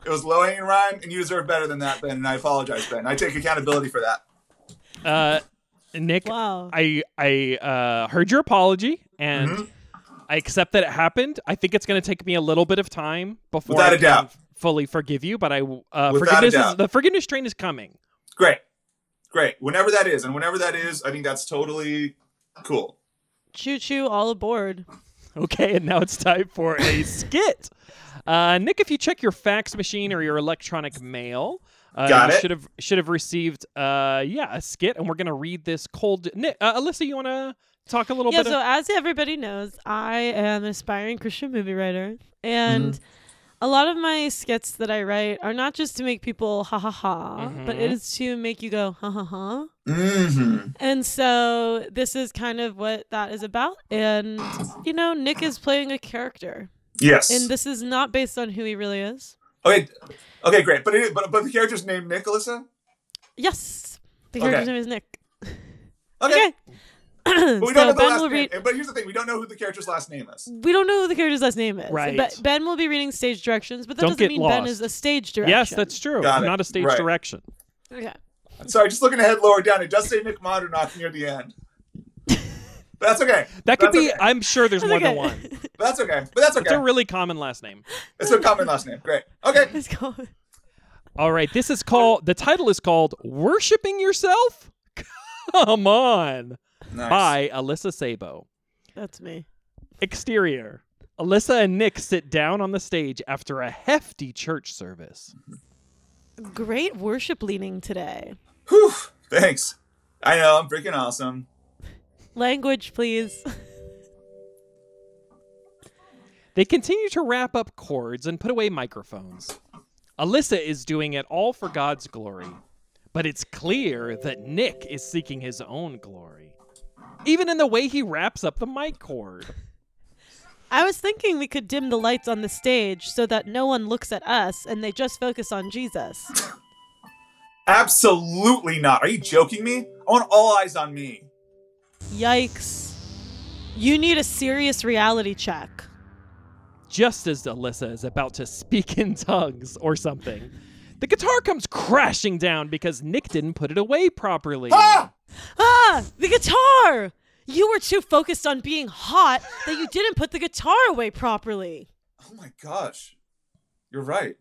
[SPEAKER 3] It was low hanging rhyme, and you deserve better than that, Ben. And I apologize, Ben. I take accountability for that.
[SPEAKER 2] Uh, Nick,
[SPEAKER 1] Wow.
[SPEAKER 2] I I uh, heard your apology and
[SPEAKER 3] Mm-hmm.
[SPEAKER 2] I accept that it happened. I think it's going to take me a little bit of time before
[SPEAKER 3] Without
[SPEAKER 2] I
[SPEAKER 3] a doubt.
[SPEAKER 2] can fully forgive you, but I uh,
[SPEAKER 3] Without a
[SPEAKER 2] forgiveness is,
[SPEAKER 3] doubt.
[SPEAKER 2] the forgiveness train is coming.
[SPEAKER 3] Great, great. Whenever that is, and whenever that is, I think that's totally cool.
[SPEAKER 1] Choo choo, all aboard.
[SPEAKER 2] Okay, and now it's time for a skit. Uh, Nick, if you check your fax machine or your electronic mail, uh,
[SPEAKER 3] Got
[SPEAKER 2] you
[SPEAKER 3] it.
[SPEAKER 2] should have should have received uh, yeah a skit, and we're gonna read this cold. Nick, uh, Alyssa, you want to talk a little
[SPEAKER 1] Yeah,
[SPEAKER 2] bit?
[SPEAKER 1] so
[SPEAKER 3] uh,
[SPEAKER 2] of-
[SPEAKER 1] as everybody knows, I am an aspiring Christian movie writer,
[SPEAKER 3] Mm-hmm.
[SPEAKER 1] and a lot of my skits that I write are not just to make people ha ha ha, but it is to make you go ha ha ha.
[SPEAKER 3] Mm-hmm.
[SPEAKER 1] And so this is kind of what that is about. And, you know, Nick is playing a character,
[SPEAKER 3] Yes.
[SPEAKER 1] and this is not based on who he really is.
[SPEAKER 3] okay. Okay, great. But it is, but but the character's named Nick, Alyssa.
[SPEAKER 1] Yes, the character's
[SPEAKER 3] Okay.
[SPEAKER 1] name is Nick.
[SPEAKER 3] Okay.
[SPEAKER 1] Okay.
[SPEAKER 3] But we
[SPEAKER 1] so
[SPEAKER 3] don't know the
[SPEAKER 1] Ben
[SPEAKER 3] last
[SPEAKER 1] will
[SPEAKER 3] name.
[SPEAKER 1] read.
[SPEAKER 3] But here's the thing: we don't know who the character's last name is.
[SPEAKER 1] We don't know who the character's last name is.
[SPEAKER 2] Right.
[SPEAKER 1] But Ben will be reading stage directions, but that
[SPEAKER 2] Don't
[SPEAKER 1] doesn't
[SPEAKER 2] get
[SPEAKER 1] mean Ben
[SPEAKER 2] lost.
[SPEAKER 1] is a stage direction.
[SPEAKER 2] yes, that's true.
[SPEAKER 3] Got it.
[SPEAKER 2] Not a stage
[SPEAKER 3] Right.
[SPEAKER 2] direction.
[SPEAKER 1] Okay.
[SPEAKER 3] Sorry, just looking ahead, lower down. It does say Nick Modernach near the end. But that's okay.
[SPEAKER 2] That could
[SPEAKER 3] That's
[SPEAKER 2] be.
[SPEAKER 3] okay.
[SPEAKER 2] I'm sure there's more than
[SPEAKER 1] okay.
[SPEAKER 2] one.
[SPEAKER 3] But that's okay. But that's
[SPEAKER 2] It's a
[SPEAKER 3] okay.
[SPEAKER 2] really common last name.
[SPEAKER 3] It's a common last name. Great. Okay.
[SPEAKER 1] It's called-
[SPEAKER 2] All right, this is called. The title is called "Worshipping Yourself." Come on,
[SPEAKER 3] Nice.
[SPEAKER 2] by Alyssa Sabo.
[SPEAKER 1] That's me.
[SPEAKER 2] Exterior. Alyssa and Nick sit down on the stage after a hefty church service.
[SPEAKER 1] Great worship leading today.
[SPEAKER 3] Whew. Thanks. I know. I'm freaking awesome.
[SPEAKER 1] Language, please.
[SPEAKER 2] They continue to wrap up cords and put away microphones. Alyssa is doing it all for God's glory, but it's clear that Nick is seeking his own glory. Even in the way he wraps up the mic cord.
[SPEAKER 1] I was thinking we could dim the lights on the stage so that no one looks at us and they just focus on Jesus.
[SPEAKER 3] Absolutely not. Are you joking me? I want all eyes on me.
[SPEAKER 1] Yikes. You need a serious reality check.
[SPEAKER 2] Just as Alyssa is about to speak in tongues or something, the guitar comes crashing down because Nick didn't put it away properly.
[SPEAKER 3] Ah!
[SPEAKER 1] Ah, the guitar! You were too focused on being hot that you didn't put the guitar away properly.
[SPEAKER 3] Oh my gosh. You're right.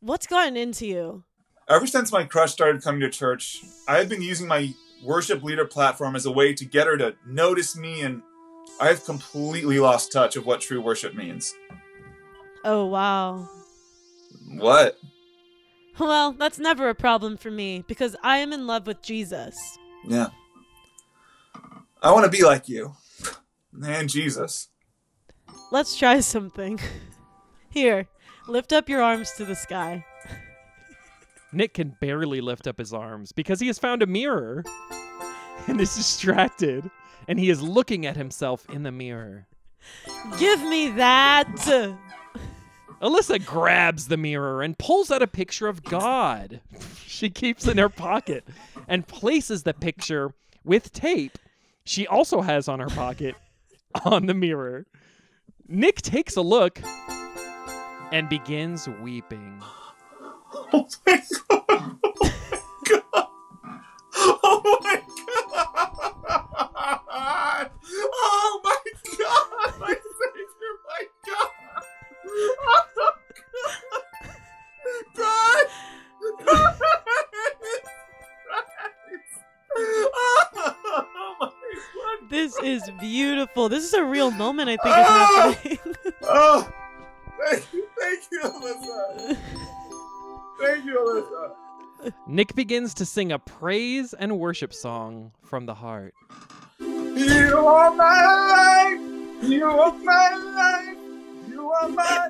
[SPEAKER 1] What's gotten into you?
[SPEAKER 3] Ever since my crush started coming to church, I have been using my worship leader platform as a way to get her to notice me, and I have completely lost touch of what true worship means.
[SPEAKER 1] Oh, wow.
[SPEAKER 3] What?
[SPEAKER 1] Well, that's never a problem for me because I am in love with Jesus.
[SPEAKER 3] Yeah. I want to be like you. Man, Jesus.
[SPEAKER 1] Let's try something. Here, lift up your arms to the sky.
[SPEAKER 2] Nick can barely lift up his arms because he has found a mirror and is distracted and he is looking at himself in the mirror.
[SPEAKER 1] Give me that!
[SPEAKER 2] Alyssa grabs the mirror and pulls out a picture of God she keeps in her pocket and places the picture with tape she also has on her pocket on the mirror. Nick takes a look and begins weeping.
[SPEAKER 3] Oh my god. Oh my god. Oh my god. My savior, my god. Oh god. God. Oh my god.
[SPEAKER 1] This is beautiful. This is a real moment, I think, is happening.
[SPEAKER 3] Oh, thank you, thank you, Alyssa. Thank you, Alyssa.
[SPEAKER 2] Nick begins to sing a praise and worship song from the heart.
[SPEAKER 3] You are my life. You are my life. You are my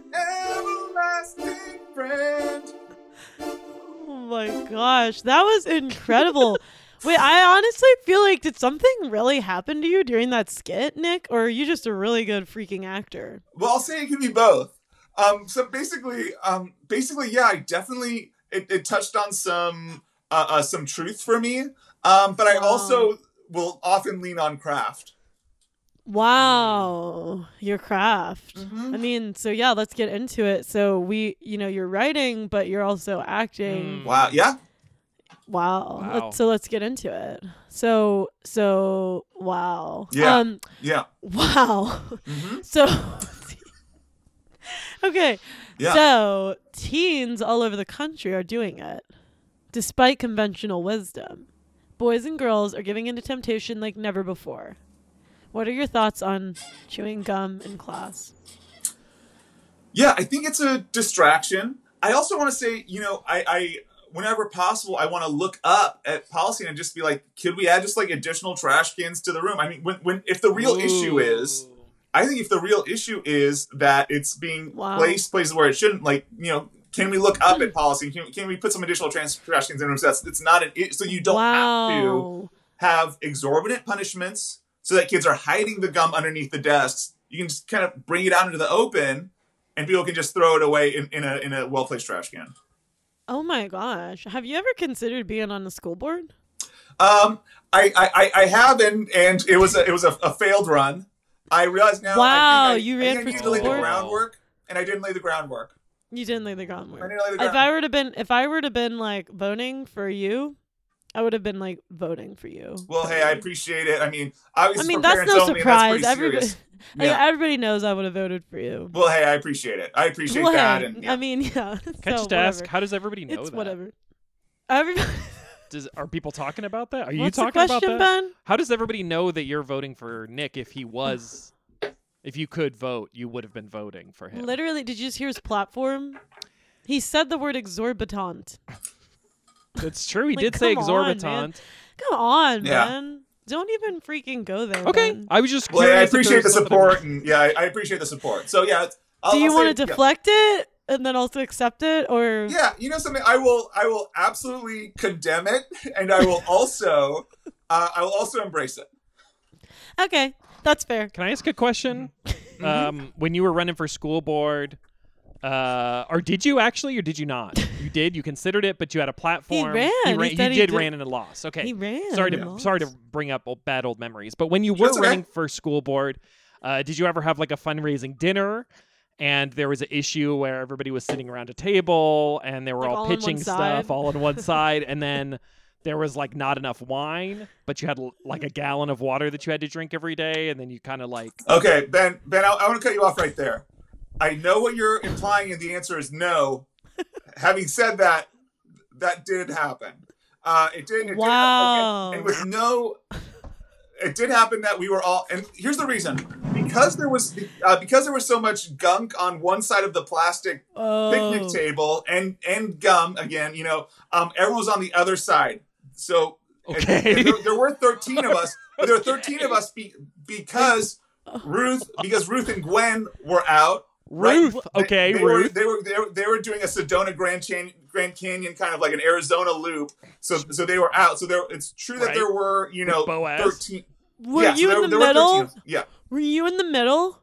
[SPEAKER 3] everlasting friend.
[SPEAKER 1] oh my gosh, that was incredible. Wait, I honestly feel like did something really happen to you during that skit, Nick, or are you just a really good freaking actor?
[SPEAKER 3] Well, I'll say it could be both. Um, so basically, um, basically, yeah, I definitely it, it touched on some uh, uh, some truth for me, um, but I
[SPEAKER 1] Wow.
[SPEAKER 3] also will often lean on craft.
[SPEAKER 1] Wow, your craft.
[SPEAKER 3] Mhm.
[SPEAKER 2] Mm.
[SPEAKER 1] I mean, so yeah, let's get into it. So we, you know, you're writing, but you're also acting.
[SPEAKER 2] Mm.
[SPEAKER 3] Wow, yeah,
[SPEAKER 1] Wow. Let-
[SPEAKER 2] Wow.
[SPEAKER 1] so let's get into it. So so wow.
[SPEAKER 3] Yeah.
[SPEAKER 1] Um
[SPEAKER 3] yeah,
[SPEAKER 1] wow.
[SPEAKER 3] hmm
[SPEAKER 1] So Okay.
[SPEAKER 3] yeah.
[SPEAKER 1] So teens all over the country are doing it despite conventional wisdom. Boys and girls are giving into temptation like never before. What are your thoughts on chewing gum in class?
[SPEAKER 3] Yeah, I think it's a distraction. I also want to say, you know, I, I whenever possible, I want to look up at policy and just be like, could we add just like additional trash cans to the room? I mean, when, when if the real issue is,
[SPEAKER 2] Ooh.
[SPEAKER 3] I think if the real issue is that it's being
[SPEAKER 1] Wow.
[SPEAKER 3] placed places where it shouldn't, like you know, can we look up at policy? Can, can we put some additional trans- trash cans in rooms? That's it's not an i- so you don't
[SPEAKER 1] wow.
[SPEAKER 3] have to have exorbitant punishments so that kids are hiding the gum underneath the desks. You can just kind of bring it out into the open and people can just throw it away in, in a in a well placed trash can.
[SPEAKER 1] Oh my gosh. Have you ever considered being on the school board?
[SPEAKER 3] Um I, I, I- I have and and it was a it was a, a failed run. I realize now I think
[SPEAKER 1] Wow,
[SPEAKER 3] I-
[SPEAKER 1] you
[SPEAKER 3] I
[SPEAKER 1] ran
[SPEAKER 3] think
[SPEAKER 1] for
[SPEAKER 3] I needed to lay the
[SPEAKER 2] school board?
[SPEAKER 3] groundwork and I didn't lay the groundwork.
[SPEAKER 1] You didn't lay the groundwork.
[SPEAKER 3] I didn't lay the
[SPEAKER 1] if
[SPEAKER 3] groundwork.
[SPEAKER 1] I would have been if I would have been like voting for you, I would have been like voting for you.
[SPEAKER 3] Well, hey, I appreciate it. I mean, obviously,
[SPEAKER 1] I mean
[SPEAKER 3] for
[SPEAKER 1] that's
[SPEAKER 3] parents
[SPEAKER 1] no
[SPEAKER 3] only,
[SPEAKER 1] surprise.
[SPEAKER 3] That's pretty
[SPEAKER 1] everybody
[SPEAKER 3] serious.
[SPEAKER 1] I-
[SPEAKER 3] Yeah.
[SPEAKER 1] everybody knows I would have voted for you.
[SPEAKER 3] Well, hey, I appreciate it. I appreciate
[SPEAKER 1] Well,
[SPEAKER 3] that.
[SPEAKER 1] hey,
[SPEAKER 3] And
[SPEAKER 1] I
[SPEAKER 3] yeah.
[SPEAKER 1] mean, yeah.
[SPEAKER 2] Can I
[SPEAKER 1] so
[SPEAKER 2] just ask,
[SPEAKER 1] whatever.
[SPEAKER 2] how does everybody know
[SPEAKER 1] it's
[SPEAKER 2] that?
[SPEAKER 1] whatever. Everybody
[SPEAKER 2] Does, are people talking about that? Are you
[SPEAKER 1] What's the
[SPEAKER 2] talking
[SPEAKER 1] question,
[SPEAKER 2] about that?
[SPEAKER 1] Ben?
[SPEAKER 2] How does everybody know that you're voting for Nick if he was, if you could vote, you would have been voting for him?
[SPEAKER 1] Literally, did you just hear his platform? He said the word exorbitant.
[SPEAKER 2] That's true. He
[SPEAKER 1] Like,
[SPEAKER 2] did say
[SPEAKER 1] come on, man.
[SPEAKER 2] exorbitant.
[SPEAKER 1] Come on,
[SPEAKER 3] Yeah.
[SPEAKER 1] man. Don't even freaking go there.
[SPEAKER 2] okay.
[SPEAKER 1] Ben.
[SPEAKER 2] I was just
[SPEAKER 3] well, hey,
[SPEAKER 2] curious
[SPEAKER 3] I
[SPEAKER 2] if there
[SPEAKER 3] appreciate the
[SPEAKER 2] was something-
[SPEAKER 3] support. And yeah, I, I appreciate the support. So yeah, it's- I'll,
[SPEAKER 1] Do you
[SPEAKER 3] I'll
[SPEAKER 1] want
[SPEAKER 3] say-
[SPEAKER 1] to
[SPEAKER 3] yeah.
[SPEAKER 1] deflect it and then also accept it, or
[SPEAKER 3] Yeah, you know something. I will. I will absolutely condemn it, and I will also. uh, I will also embrace it.
[SPEAKER 1] okay, that's fair.
[SPEAKER 2] Can I ask a question?
[SPEAKER 1] Mm-hmm.
[SPEAKER 2] um, when you were running for school board, uh, or did you actually, or did you not? You did. You considered it, but you had a platform.
[SPEAKER 1] ran. He
[SPEAKER 2] You,
[SPEAKER 1] said he
[SPEAKER 2] did,
[SPEAKER 1] did-
[SPEAKER 2] ran and lost. Okay.
[SPEAKER 1] He ran.
[SPEAKER 2] sorry to
[SPEAKER 1] and lost.
[SPEAKER 2] sorry to bring up old, bad old memories, but when you were
[SPEAKER 3] That's okay.
[SPEAKER 2] running for school board, uh, did you ever have like a fundraising dinner? And there was an issue where everybody was sitting around a table and they were
[SPEAKER 1] Like, all
[SPEAKER 2] all
[SPEAKER 1] on one
[SPEAKER 2] pitching
[SPEAKER 1] side.
[SPEAKER 2] stuff all on one side, and then there was like not enough wine, but you had l- like a gallon of water that you had to drink every day, and then you kind of like
[SPEAKER 3] Okay, Ben. Ben, I, I want to cut you off right there. I know what you're implying, and the answer is no. Having said that, that did happen. Uh, it did. It did-
[SPEAKER 1] Wow.
[SPEAKER 3] okay, and with no, it did happen that we were all. And here's the reason: because there was uh, because there was so much gunk on one side of the plastic
[SPEAKER 1] oh.
[SPEAKER 3] picnic table and and gum again. You know, um, everyone was on the other side. So and-
[SPEAKER 2] Okay.
[SPEAKER 3] and there, there were thirteen of us. But there were thirteen of us be, because Ruth because Ruth and Gwen were out. right?
[SPEAKER 2] Ruth.
[SPEAKER 3] They-
[SPEAKER 2] Okay,
[SPEAKER 3] they were-
[SPEAKER 2] Ruth.
[SPEAKER 3] they were they were they were doing a Sedona Grand Chan- Grand Canyon kind of like an Arizona loop. So so they were out. So there it's true that
[SPEAKER 2] Right.
[SPEAKER 3] there were you know
[SPEAKER 2] Boaz.
[SPEAKER 3] thirteen.
[SPEAKER 1] Were
[SPEAKER 3] yeah, so
[SPEAKER 1] you
[SPEAKER 3] there-
[SPEAKER 1] in the
[SPEAKER 3] there were 13
[SPEAKER 1] middle?
[SPEAKER 3] of- Yeah.
[SPEAKER 1] Were you in the middle?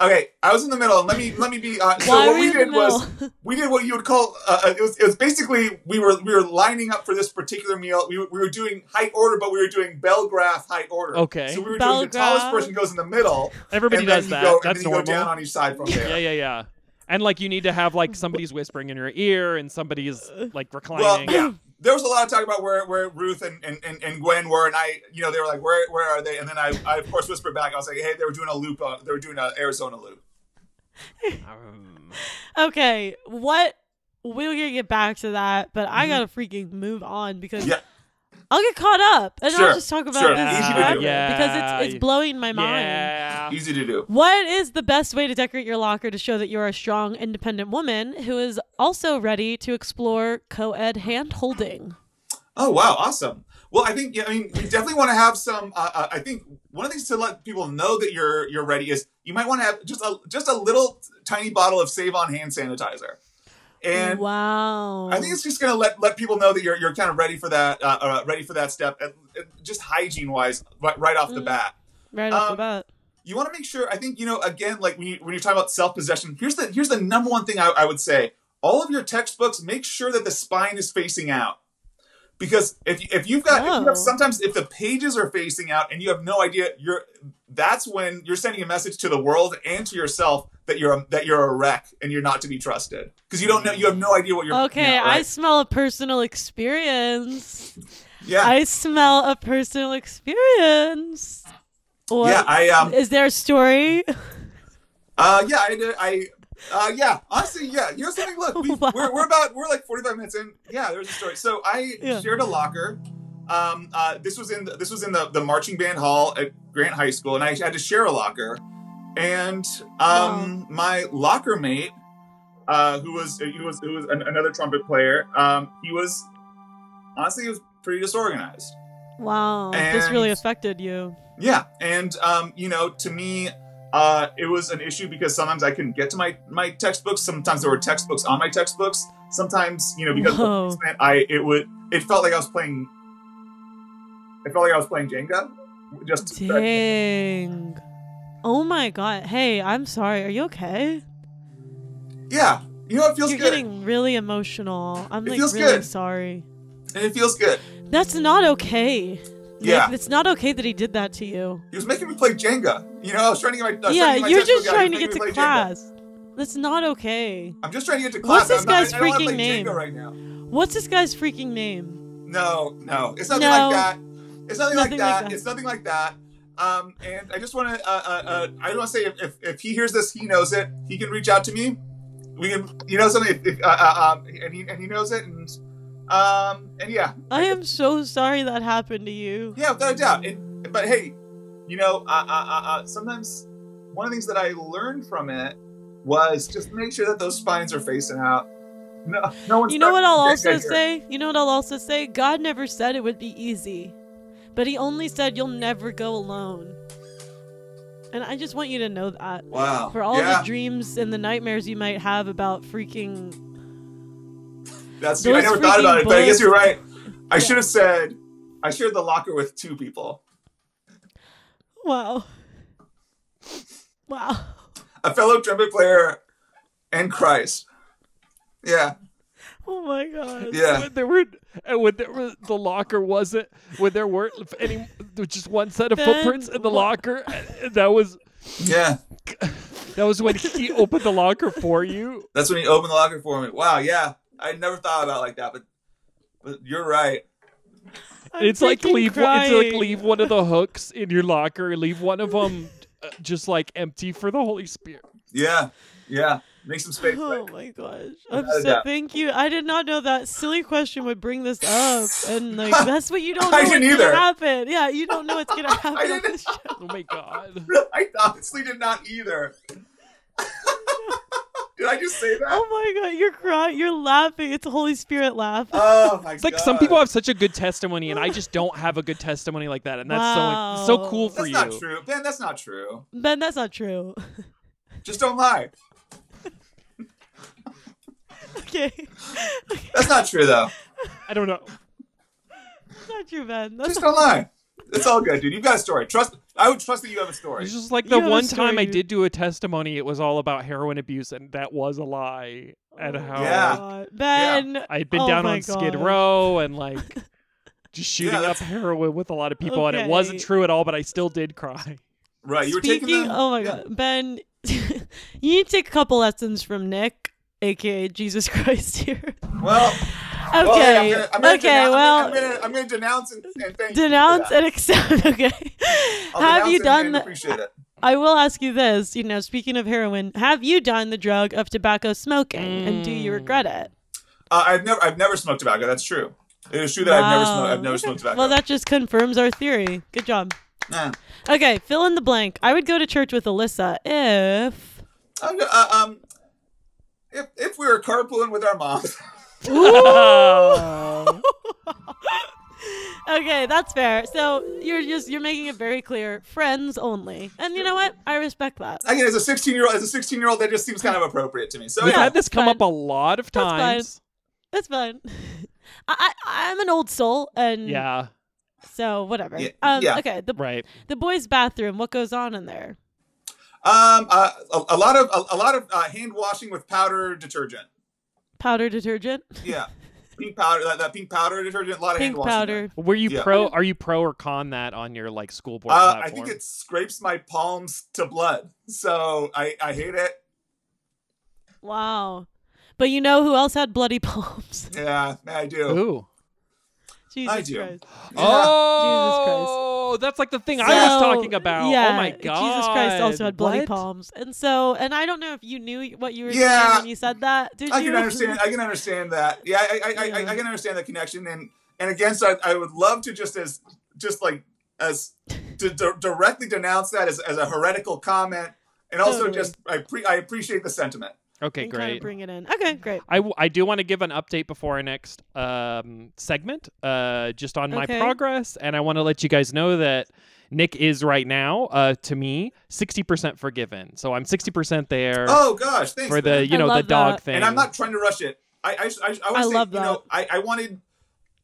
[SPEAKER 3] Okay, I was in the middle. Let me let me be. Uh, so
[SPEAKER 1] Why
[SPEAKER 3] what
[SPEAKER 1] were
[SPEAKER 3] we
[SPEAKER 1] you in the
[SPEAKER 3] did was
[SPEAKER 1] middle?
[SPEAKER 3] we did what you would call uh, uh, it was it was basically we were we were lining up for this particular meal. We, were- we were doing height order, but we were doing bell graph height order.
[SPEAKER 2] Okay.
[SPEAKER 3] So we were doing
[SPEAKER 1] Bell
[SPEAKER 3] the tallest
[SPEAKER 1] graph.
[SPEAKER 3] person goes in the middle.
[SPEAKER 2] everybody
[SPEAKER 3] and then
[SPEAKER 2] does
[SPEAKER 3] you
[SPEAKER 2] that.
[SPEAKER 3] Go,
[SPEAKER 2] That's
[SPEAKER 3] and then you
[SPEAKER 2] normal.
[SPEAKER 3] go down on each side from there.
[SPEAKER 2] Yeah, yeah, yeah. And like you need to have like somebody's whispering in your ear and somebody's like reclining.
[SPEAKER 3] Well, yeah. There was a lot of talk about where, where Ruth and, and, and, and Gwen were, and I, you know, they were like, where where are they? And then I, I of course whispered back. I was like, hey, they were doing a loop. On, they were doing an Arizona loop.
[SPEAKER 2] Um,
[SPEAKER 1] Okay, what? We're gonna get back to that, but I gotta freaking move on because
[SPEAKER 3] Mm-hmm. Yeah.
[SPEAKER 1] I'll get caught up and
[SPEAKER 3] Sure,
[SPEAKER 1] I'll just talk about
[SPEAKER 3] sure.
[SPEAKER 1] this
[SPEAKER 3] Easy to do.
[SPEAKER 1] forever
[SPEAKER 2] Yeah.
[SPEAKER 1] because it's it's blowing my mind.
[SPEAKER 2] yeah.
[SPEAKER 3] Easy to do.
[SPEAKER 1] What is the best way to decorate your locker to show that you're a strong, independent woman who is also ready to explore co-ed hand holding?
[SPEAKER 3] Oh wow, awesome. Well, I think yeah, I mean we definitely want to have some. Uh, uh, I think one of the things to let people know that you're you're ready is you might want to have just a just a little tiny bottle of Save On hand sanitizer. and
[SPEAKER 1] wow.
[SPEAKER 3] I think it's just gonna let let people know that you're you're kind of ready for that uh, uh, ready for that step, and, and just hygiene wise, right, right off the
[SPEAKER 1] Mm.
[SPEAKER 3] bat.
[SPEAKER 1] right off the
[SPEAKER 3] um,
[SPEAKER 1] bat.
[SPEAKER 3] You want to make sure. I think you know again, like when you when you're talking about self possession, here's the here's the number one thing I, I would say. All of your textbooks, make sure that the spine is facing out, because if you- if you've got if you
[SPEAKER 1] Oh.
[SPEAKER 3] have, sometimes if the pages are facing out and you have no idea, you're that's when you're sending a message to the world and to yourself that you're a, that you're a wreck and you're not to be trusted because you don't know you have no idea what you're.
[SPEAKER 1] Okay,
[SPEAKER 3] yeah,
[SPEAKER 1] I
[SPEAKER 3] right?
[SPEAKER 1] smell a personal experience.
[SPEAKER 3] yeah.
[SPEAKER 1] I smell a personal experience. What-
[SPEAKER 3] Yeah, I um,
[SPEAKER 1] is there a story?
[SPEAKER 3] uh, yeah, I, did- I, uh, yeah. Honestly, yeah. You know something? Look, we,
[SPEAKER 1] Wow.
[SPEAKER 3] we're, we're about we're like forty five minutes in. Yeah, there's a story. So I
[SPEAKER 1] Yeah.
[SPEAKER 3] shared a locker. Um, uh, this was in the, this was in the the marching band hall at Grant High School, and I had to share a locker. And um, my locker mate, uh, who was who was who was an, another trumpet player, um, he was honestly he was pretty disorganized.
[SPEAKER 1] Wow, this really
[SPEAKER 3] And-
[SPEAKER 1] affected you.
[SPEAKER 3] Yeah, and um, you know, to me, uh, it was an issue because sometimes I couldn't get to my my textbooks. Sometimes there were textbooks on my textbooks. Sometimes, you know, because of the
[SPEAKER 1] Whoa.
[SPEAKER 3] placement, I it would it felt like I was playing. It felt like I was playing Jenga. Just uh,
[SPEAKER 1] Dang. Oh my god. Hey, I'm sorry. Are you okay?
[SPEAKER 3] yeah, you know, it feels
[SPEAKER 1] You're
[SPEAKER 3] good,
[SPEAKER 1] getting really emotional. I'm
[SPEAKER 3] It
[SPEAKER 1] like
[SPEAKER 3] feels
[SPEAKER 1] really
[SPEAKER 3] good.
[SPEAKER 1] sorry.
[SPEAKER 3] and it feels good.
[SPEAKER 1] That's not okay. Nick,
[SPEAKER 3] Yeah.
[SPEAKER 1] it's not okay that he did that to you.
[SPEAKER 3] He was making me play Jenga. You know, I was trying to get my I was
[SPEAKER 1] yeah,
[SPEAKER 3] trying to get my
[SPEAKER 1] you're just
[SPEAKER 3] textbook out.
[SPEAKER 1] trying
[SPEAKER 3] He was
[SPEAKER 1] to
[SPEAKER 3] making
[SPEAKER 1] get
[SPEAKER 3] me
[SPEAKER 1] to
[SPEAKER 3] play Jenga.
[SPEAKER 1] class. That's not okay.
[SPEAKER 3] I'm just trying to get to
[SPEAKER 1] What's
[SPEAKER 3] class.
[SPEAKER 1] this
[SPEAKER 3] I'm not-
[SPEAKER 1] guy's
[SPEAKER 3] I don't wanna
[SPEAKER 1] freaking
[SPEAKER 3] play
[SPEAKER 1] name?
[SPEAKER 3] Jenga right now.
[SPEAKER 1] What's this guy's freaking name?
[SPEAKER 3] No, no, it's nothing
[SPEAKER 1] No.
[SPEAKER 3] like that. It's
[SPEAKER 1] Nothing
[SPEAKER 3] nothing, like,
[SPEAKER 1] like
[SPEAKER 3] that.
[SPEAKER 1] that.
[SPEAKER 3] It's nothing like that. Um, and I just want to, uh, uh, uh, I want to say, if, if, if he hears this, he knows it. He can reach out to me. We can, you know, something. If, if, uh, uh, um, and he and he knows it. And um, and yeah,
[SPEAKER 1] I am so sorry that happened to you.
[SPEAKER 3] yeah, without a doubt. And, but hey, you know, uh, uh, uh, uh, sometimes one of the things that I learned from it was just make sure that those spines are facing out. No, no one's
[SPEAKER 1] You know what I'll also
[SPEAKER 3] stuck here.
[SPEAKER 1] say? You know what I'll also say? God never said it would be easy, but He only said you'll never go alone. And I just want you to know that.
[SPEAKER 3] Wow.
[SPEAKER 1] For all
[SPEAKER 3] yeah,
[SPEAKER 1] the dreams and the nightmares you might have about freaking.
[SPEAKER 3] That's true. I
[SPEAKER 1] Those
[SPEAKER 3] never thought
[SPEAKER 1] freaking
[SPEAKER 3] about it, but I
[SPEAKER 1] bullets.
[SPEAKER 3] guess you're right. I
[SPEAKER 1] Yeah.
[SPEAKER 3] should have said I shared the locker with two people.
[SPEAKER 1] Wow. Wow.
[SPEAKER 3] A fellow trumpet player and Christ. Yeah.
[SPEAKER 1] Oh my god.
[SPEAKER 3] Yeah.
[SPEAKER 2] When there were and when there was, the locker wasn't when there weren't any there was just one set of
[SPEAKER 1] Ben,
[SPEAKER 2] footprints in the
[SPEAKER 1] wha-
[SPEAKER 2] locker and that was
[SPEAKER 3] Yeah.
[SPEAKER 2] that was when he opened the locker for you.
[SPEAKER 3] That's when he opened the locker for me. Wow, yeah. I never thought about it like that, but but you're right.
[SPEAKER 1] I'm
[SPEAKER 2] it's like
[SPEAKER 1] freaking
[SPEAKER 2] leave one, it's like
[SPEAKER 1] crying.
[SPEAKER 2] leave one of the hooks in your locker, leave one of them just like empty for the Holy Spirit.
[SPEAKER 3] Yeah. Yeah. Make some space.
[SPEAKER 1] Oh
[SPEAKER 3] right?
[SPEAKER 1] my gosh. I'm
[SPEAKER 3] Without a
[SPEAKER 1] so
[SPEAKER 3] doubt.
[SPEAKER 1] thank you. I did not know that silly question would bring this up. And like that's what you don't know
[SPEAKER 3] I
[SPEAKER 1] what's
[SPEAKER 3] didn't
[SPEAKER 1] gonna
[SPEAKER 3] either.
[SPEAKER 1] happen. Yeah, you don't know what's gonna happen on
[SPEAKER 3] didn't.
[SPEAKER 1] this show.
[SPEAKER 2] Oh my god.
[SPEAKER 3] I honestly did not either. did I just say that?
[SPEAKER 1] Oh my god, you're crying you're laughing. It's a Holy Spirit laugh.
[SPEAKER 3] Oh my god.
[SPEAKER 2] It's like some people have such a good testimony and I just don't have a good testimony like that and that's so
[SPEAKER 1] Wow.
[SPEAKER 2] so cool for
[SPEAKER 3] That's
[SPEAKER 2] you.
[SPEAKER 3] not true. Ben, that's not true.
[SPEAKER 1] Ben, that's not true.
[SPEAKER 3] Just don't lie.
[SPEAKER 1] okay.
[SPEAKER 3] That's not true though.
[SPEAKER 2] I don't know.
[SPEAKER 1] That's not true, Ben. That's
[SPEAKER 3] Just don't lie. It's all good, dude. You've got a story. Trust. I would trust that you have a story.
[SPEAKER 2] It's just like
[SPEAKER 1] You
[SPEAKER 2] the
[SPEAKER 1] have a
[SPEAKER 2] one time I
[SPEAKER 1] story.
[SPEAKER 2] did do a testimony, it was all about heroin abuse, and that was a lie. And
[SPEAKER 1] Oh my
[SPEAKER 2] how
[SPEAKER 3] Yeah. Uh,
[SPEAKER 1] God. Ben
[SPEAKER 2] I had been
[SPEAKER 1] Oh
[SPEAKER 2] down
[SPEAKER 1] my
[SPEAKER 2] on Skid
[SPEAKER 1] God.
[SPEAKER 2] Row and like just shooting up
[SPEAKER 3] that's-
[SPEAKER 2] heroin with a lot of people, and
[SPEAKER 1] Okay.
[SPEAKER 2] it wasn't true at all, but I still did cry.
[SPEAKER 3] right. You were
[SPEAKER 1] Speaking,
[SPEAKER 3] taking the.
[SPEAKER 1] oh my god, Ben, you need to take a couple lessons from Nick, aka Jesus Christ here.
[SPEAKER 3] Well.
[SPEAKER 1] Okay,
[SPEAKER 3] well, hey, I'm gonna, I'm gonna
[SPEAKER 1] okay,
[SPEAKER 3] denou-
[SPEAKER 1] well,
[SPEAKER 3] I'm gonna, I'm gonna denounce and, and thank you for
[SPEAKER 1] denounce
[SPEAKER 3] that.
[SPEAKER 1] and accept. Okay,
[SPEAKER 3] I'll
[SPEAKER 1] have
[SPEAKER 3] denounce
[SPEAKER 1] you
[SPEAKER 3] it
[SPEAKER 1] done
[SPEAKER 3] and
[SPEAKER 1] the?
[SPEAKER 3] Appreciate it.
[SPEAKER 1] I will ask you this. You know, speaking of heroin, have you done the drug of tobacco smoking, and do you
[SPEAKER 2] Mm.
[SPEAKER 1] regret it?
[SPEAKER 3] Uh, I've never, I've never smoked tobacco. That's true. It is true that I've never
[SPEAKER 1] Wow.
[SPEAKER 3] smoked. I've never
[SPEAKER 1] Okay.
[SPEAKER 3] smoked tobacco.
[SPEAKER 1] Well, that just confirms our theory. Good job.
[SPEAKER 3] Nah.
[SPEAKER 1] Okay, fill in the blank. I would go to church with Alyssa if.
[SPEAKER 3] I'm go- uh, um, if if we were carpooling with our moms,
[SPEAKER 2] Oh.
[SPEAKER 1] okay, that's fair. So you're just you're making it very clear, friends only. And you know what? I respect that.
[SPEAKER 3] Again, as a 16 year old, as a 16 year old, that just seems kind of appropriate to me. So
[SPEAKER 2] We've
[SPEAKER 3] yeah,
[SPEAKER 2] had this come
[SPEAKER 1] fine.
[SPEAKER 2] up a lot of
[SPEAKER 1] That's fine.
[SPEAKER 2] times.
[SPEAKER 1] That's fine. I, I I'm an old soul, and
[SPEAKER 2] Yeah,
[SPEAKER 1] so whatever.
[SPEAKER 3] Yeah,
[SPEAKER 1] Um,
[SPEAKER 3] yeah.
[SPEAKER 1] Okay, the
[SPEAKER 2] right.
[SPEAKER 1] the boys' bathroom. What goes on in there?
[SPEAKER 3] um, uh, a, a lot of a, a lot of uh, hand washing with powder detergent.
[SPEAKER 1] Powder detergent,
[SPEAKER 3] Yeah, pink powder, that, that pink powder detergent. A lot of hand
[SPEAKER 1] pink
[SPEAKER 3] washing. there.
[SPEAKER 1] powder.
[SPEAKER 2] Were you
[SPEAKER 3] Yeah.
[SPEAKER 2] pro? Are you pro or con that on your like school board
[SPEAKER 3] Uh, I
[SPEAKER 2] platform?
[SPEAKER 3] think it scrapes my palms to blood, so I, I hate it.
[SPEAKER 1] Wow. But you know who else had bloody palms?
[SPEAKER 3] Yeah, I do.
[SPEAKER 2] Ooh.
[SPEAKER 1] Jesus
[SPEAKER 3] I do.
[SPEAKER 1] Christ.
[SPEAKER 2] Oh, that's like the thing I was
[SPEAKER 1] So,
[SPEAKER 2] talking about.
[SPEAKER 1] Yeah,
[SPEAKER 2] oh my god.
[SPEAKER 1] Jesus Christ also had bloody
[SPEAKER 2] What?
[SPEAKER 1] palms, and so and I don't know if you knew what you were
[SPEAKER 3] Yeah.
[SPEAKER 1] saying when you said that. Did
[SPEAKER 3] I
[SPEAKER 1] you
[SPEAKER 3] can understand. I can understand that. Yeah, I, I, I,
[SPEAKER 1] Yeah.
[SPEAKER 3] I, I can understand the connection. And and again, so I, I would love to just as just like as to d- directly denounce that as, as a heretical comment, and also
[SPEAKER 1] Totally.
[SPEAKER 3] just I pre- I appreciate the sentiment.
[SPEAKER 2] Okay,
[SPEAKER 1] and kind of
[SPEAKER 2] great.
[SPEAKER 1] bring it in. Okay, great.
[SPEAKER 2] I, w- I do want to give an update before our next um, segment, uh, just on my
[SPEAKER 1] Okay.
[SPEAKER 2] progress, and I want to let you guys know that Nick is right now, uh, to me, sixty percent forgiven. So I'm sixty percent there
[SPEAKER 3] Oh gosh, thanks
[SPEAKER 2] for the
[SPEAKER 3] man.
[SPEAKER 2] you
[SPEAKER 1] I
[SPEAKER 2] know the
[SPEAKER 1] love
[SPEAKER 2] dog
[SPEAKER 1] that.
[SPEAKER 2] thing.
[SPEAKER 3] And I'm not trying to rush it. I I I, I,
[SPEAKER 1] I
[SPEAKER 3] was
[SPEAKER 1] love
[SPEAKER 3] You
[SPEAKER 1] that.
[SPEAKER 3] know, I I wanted.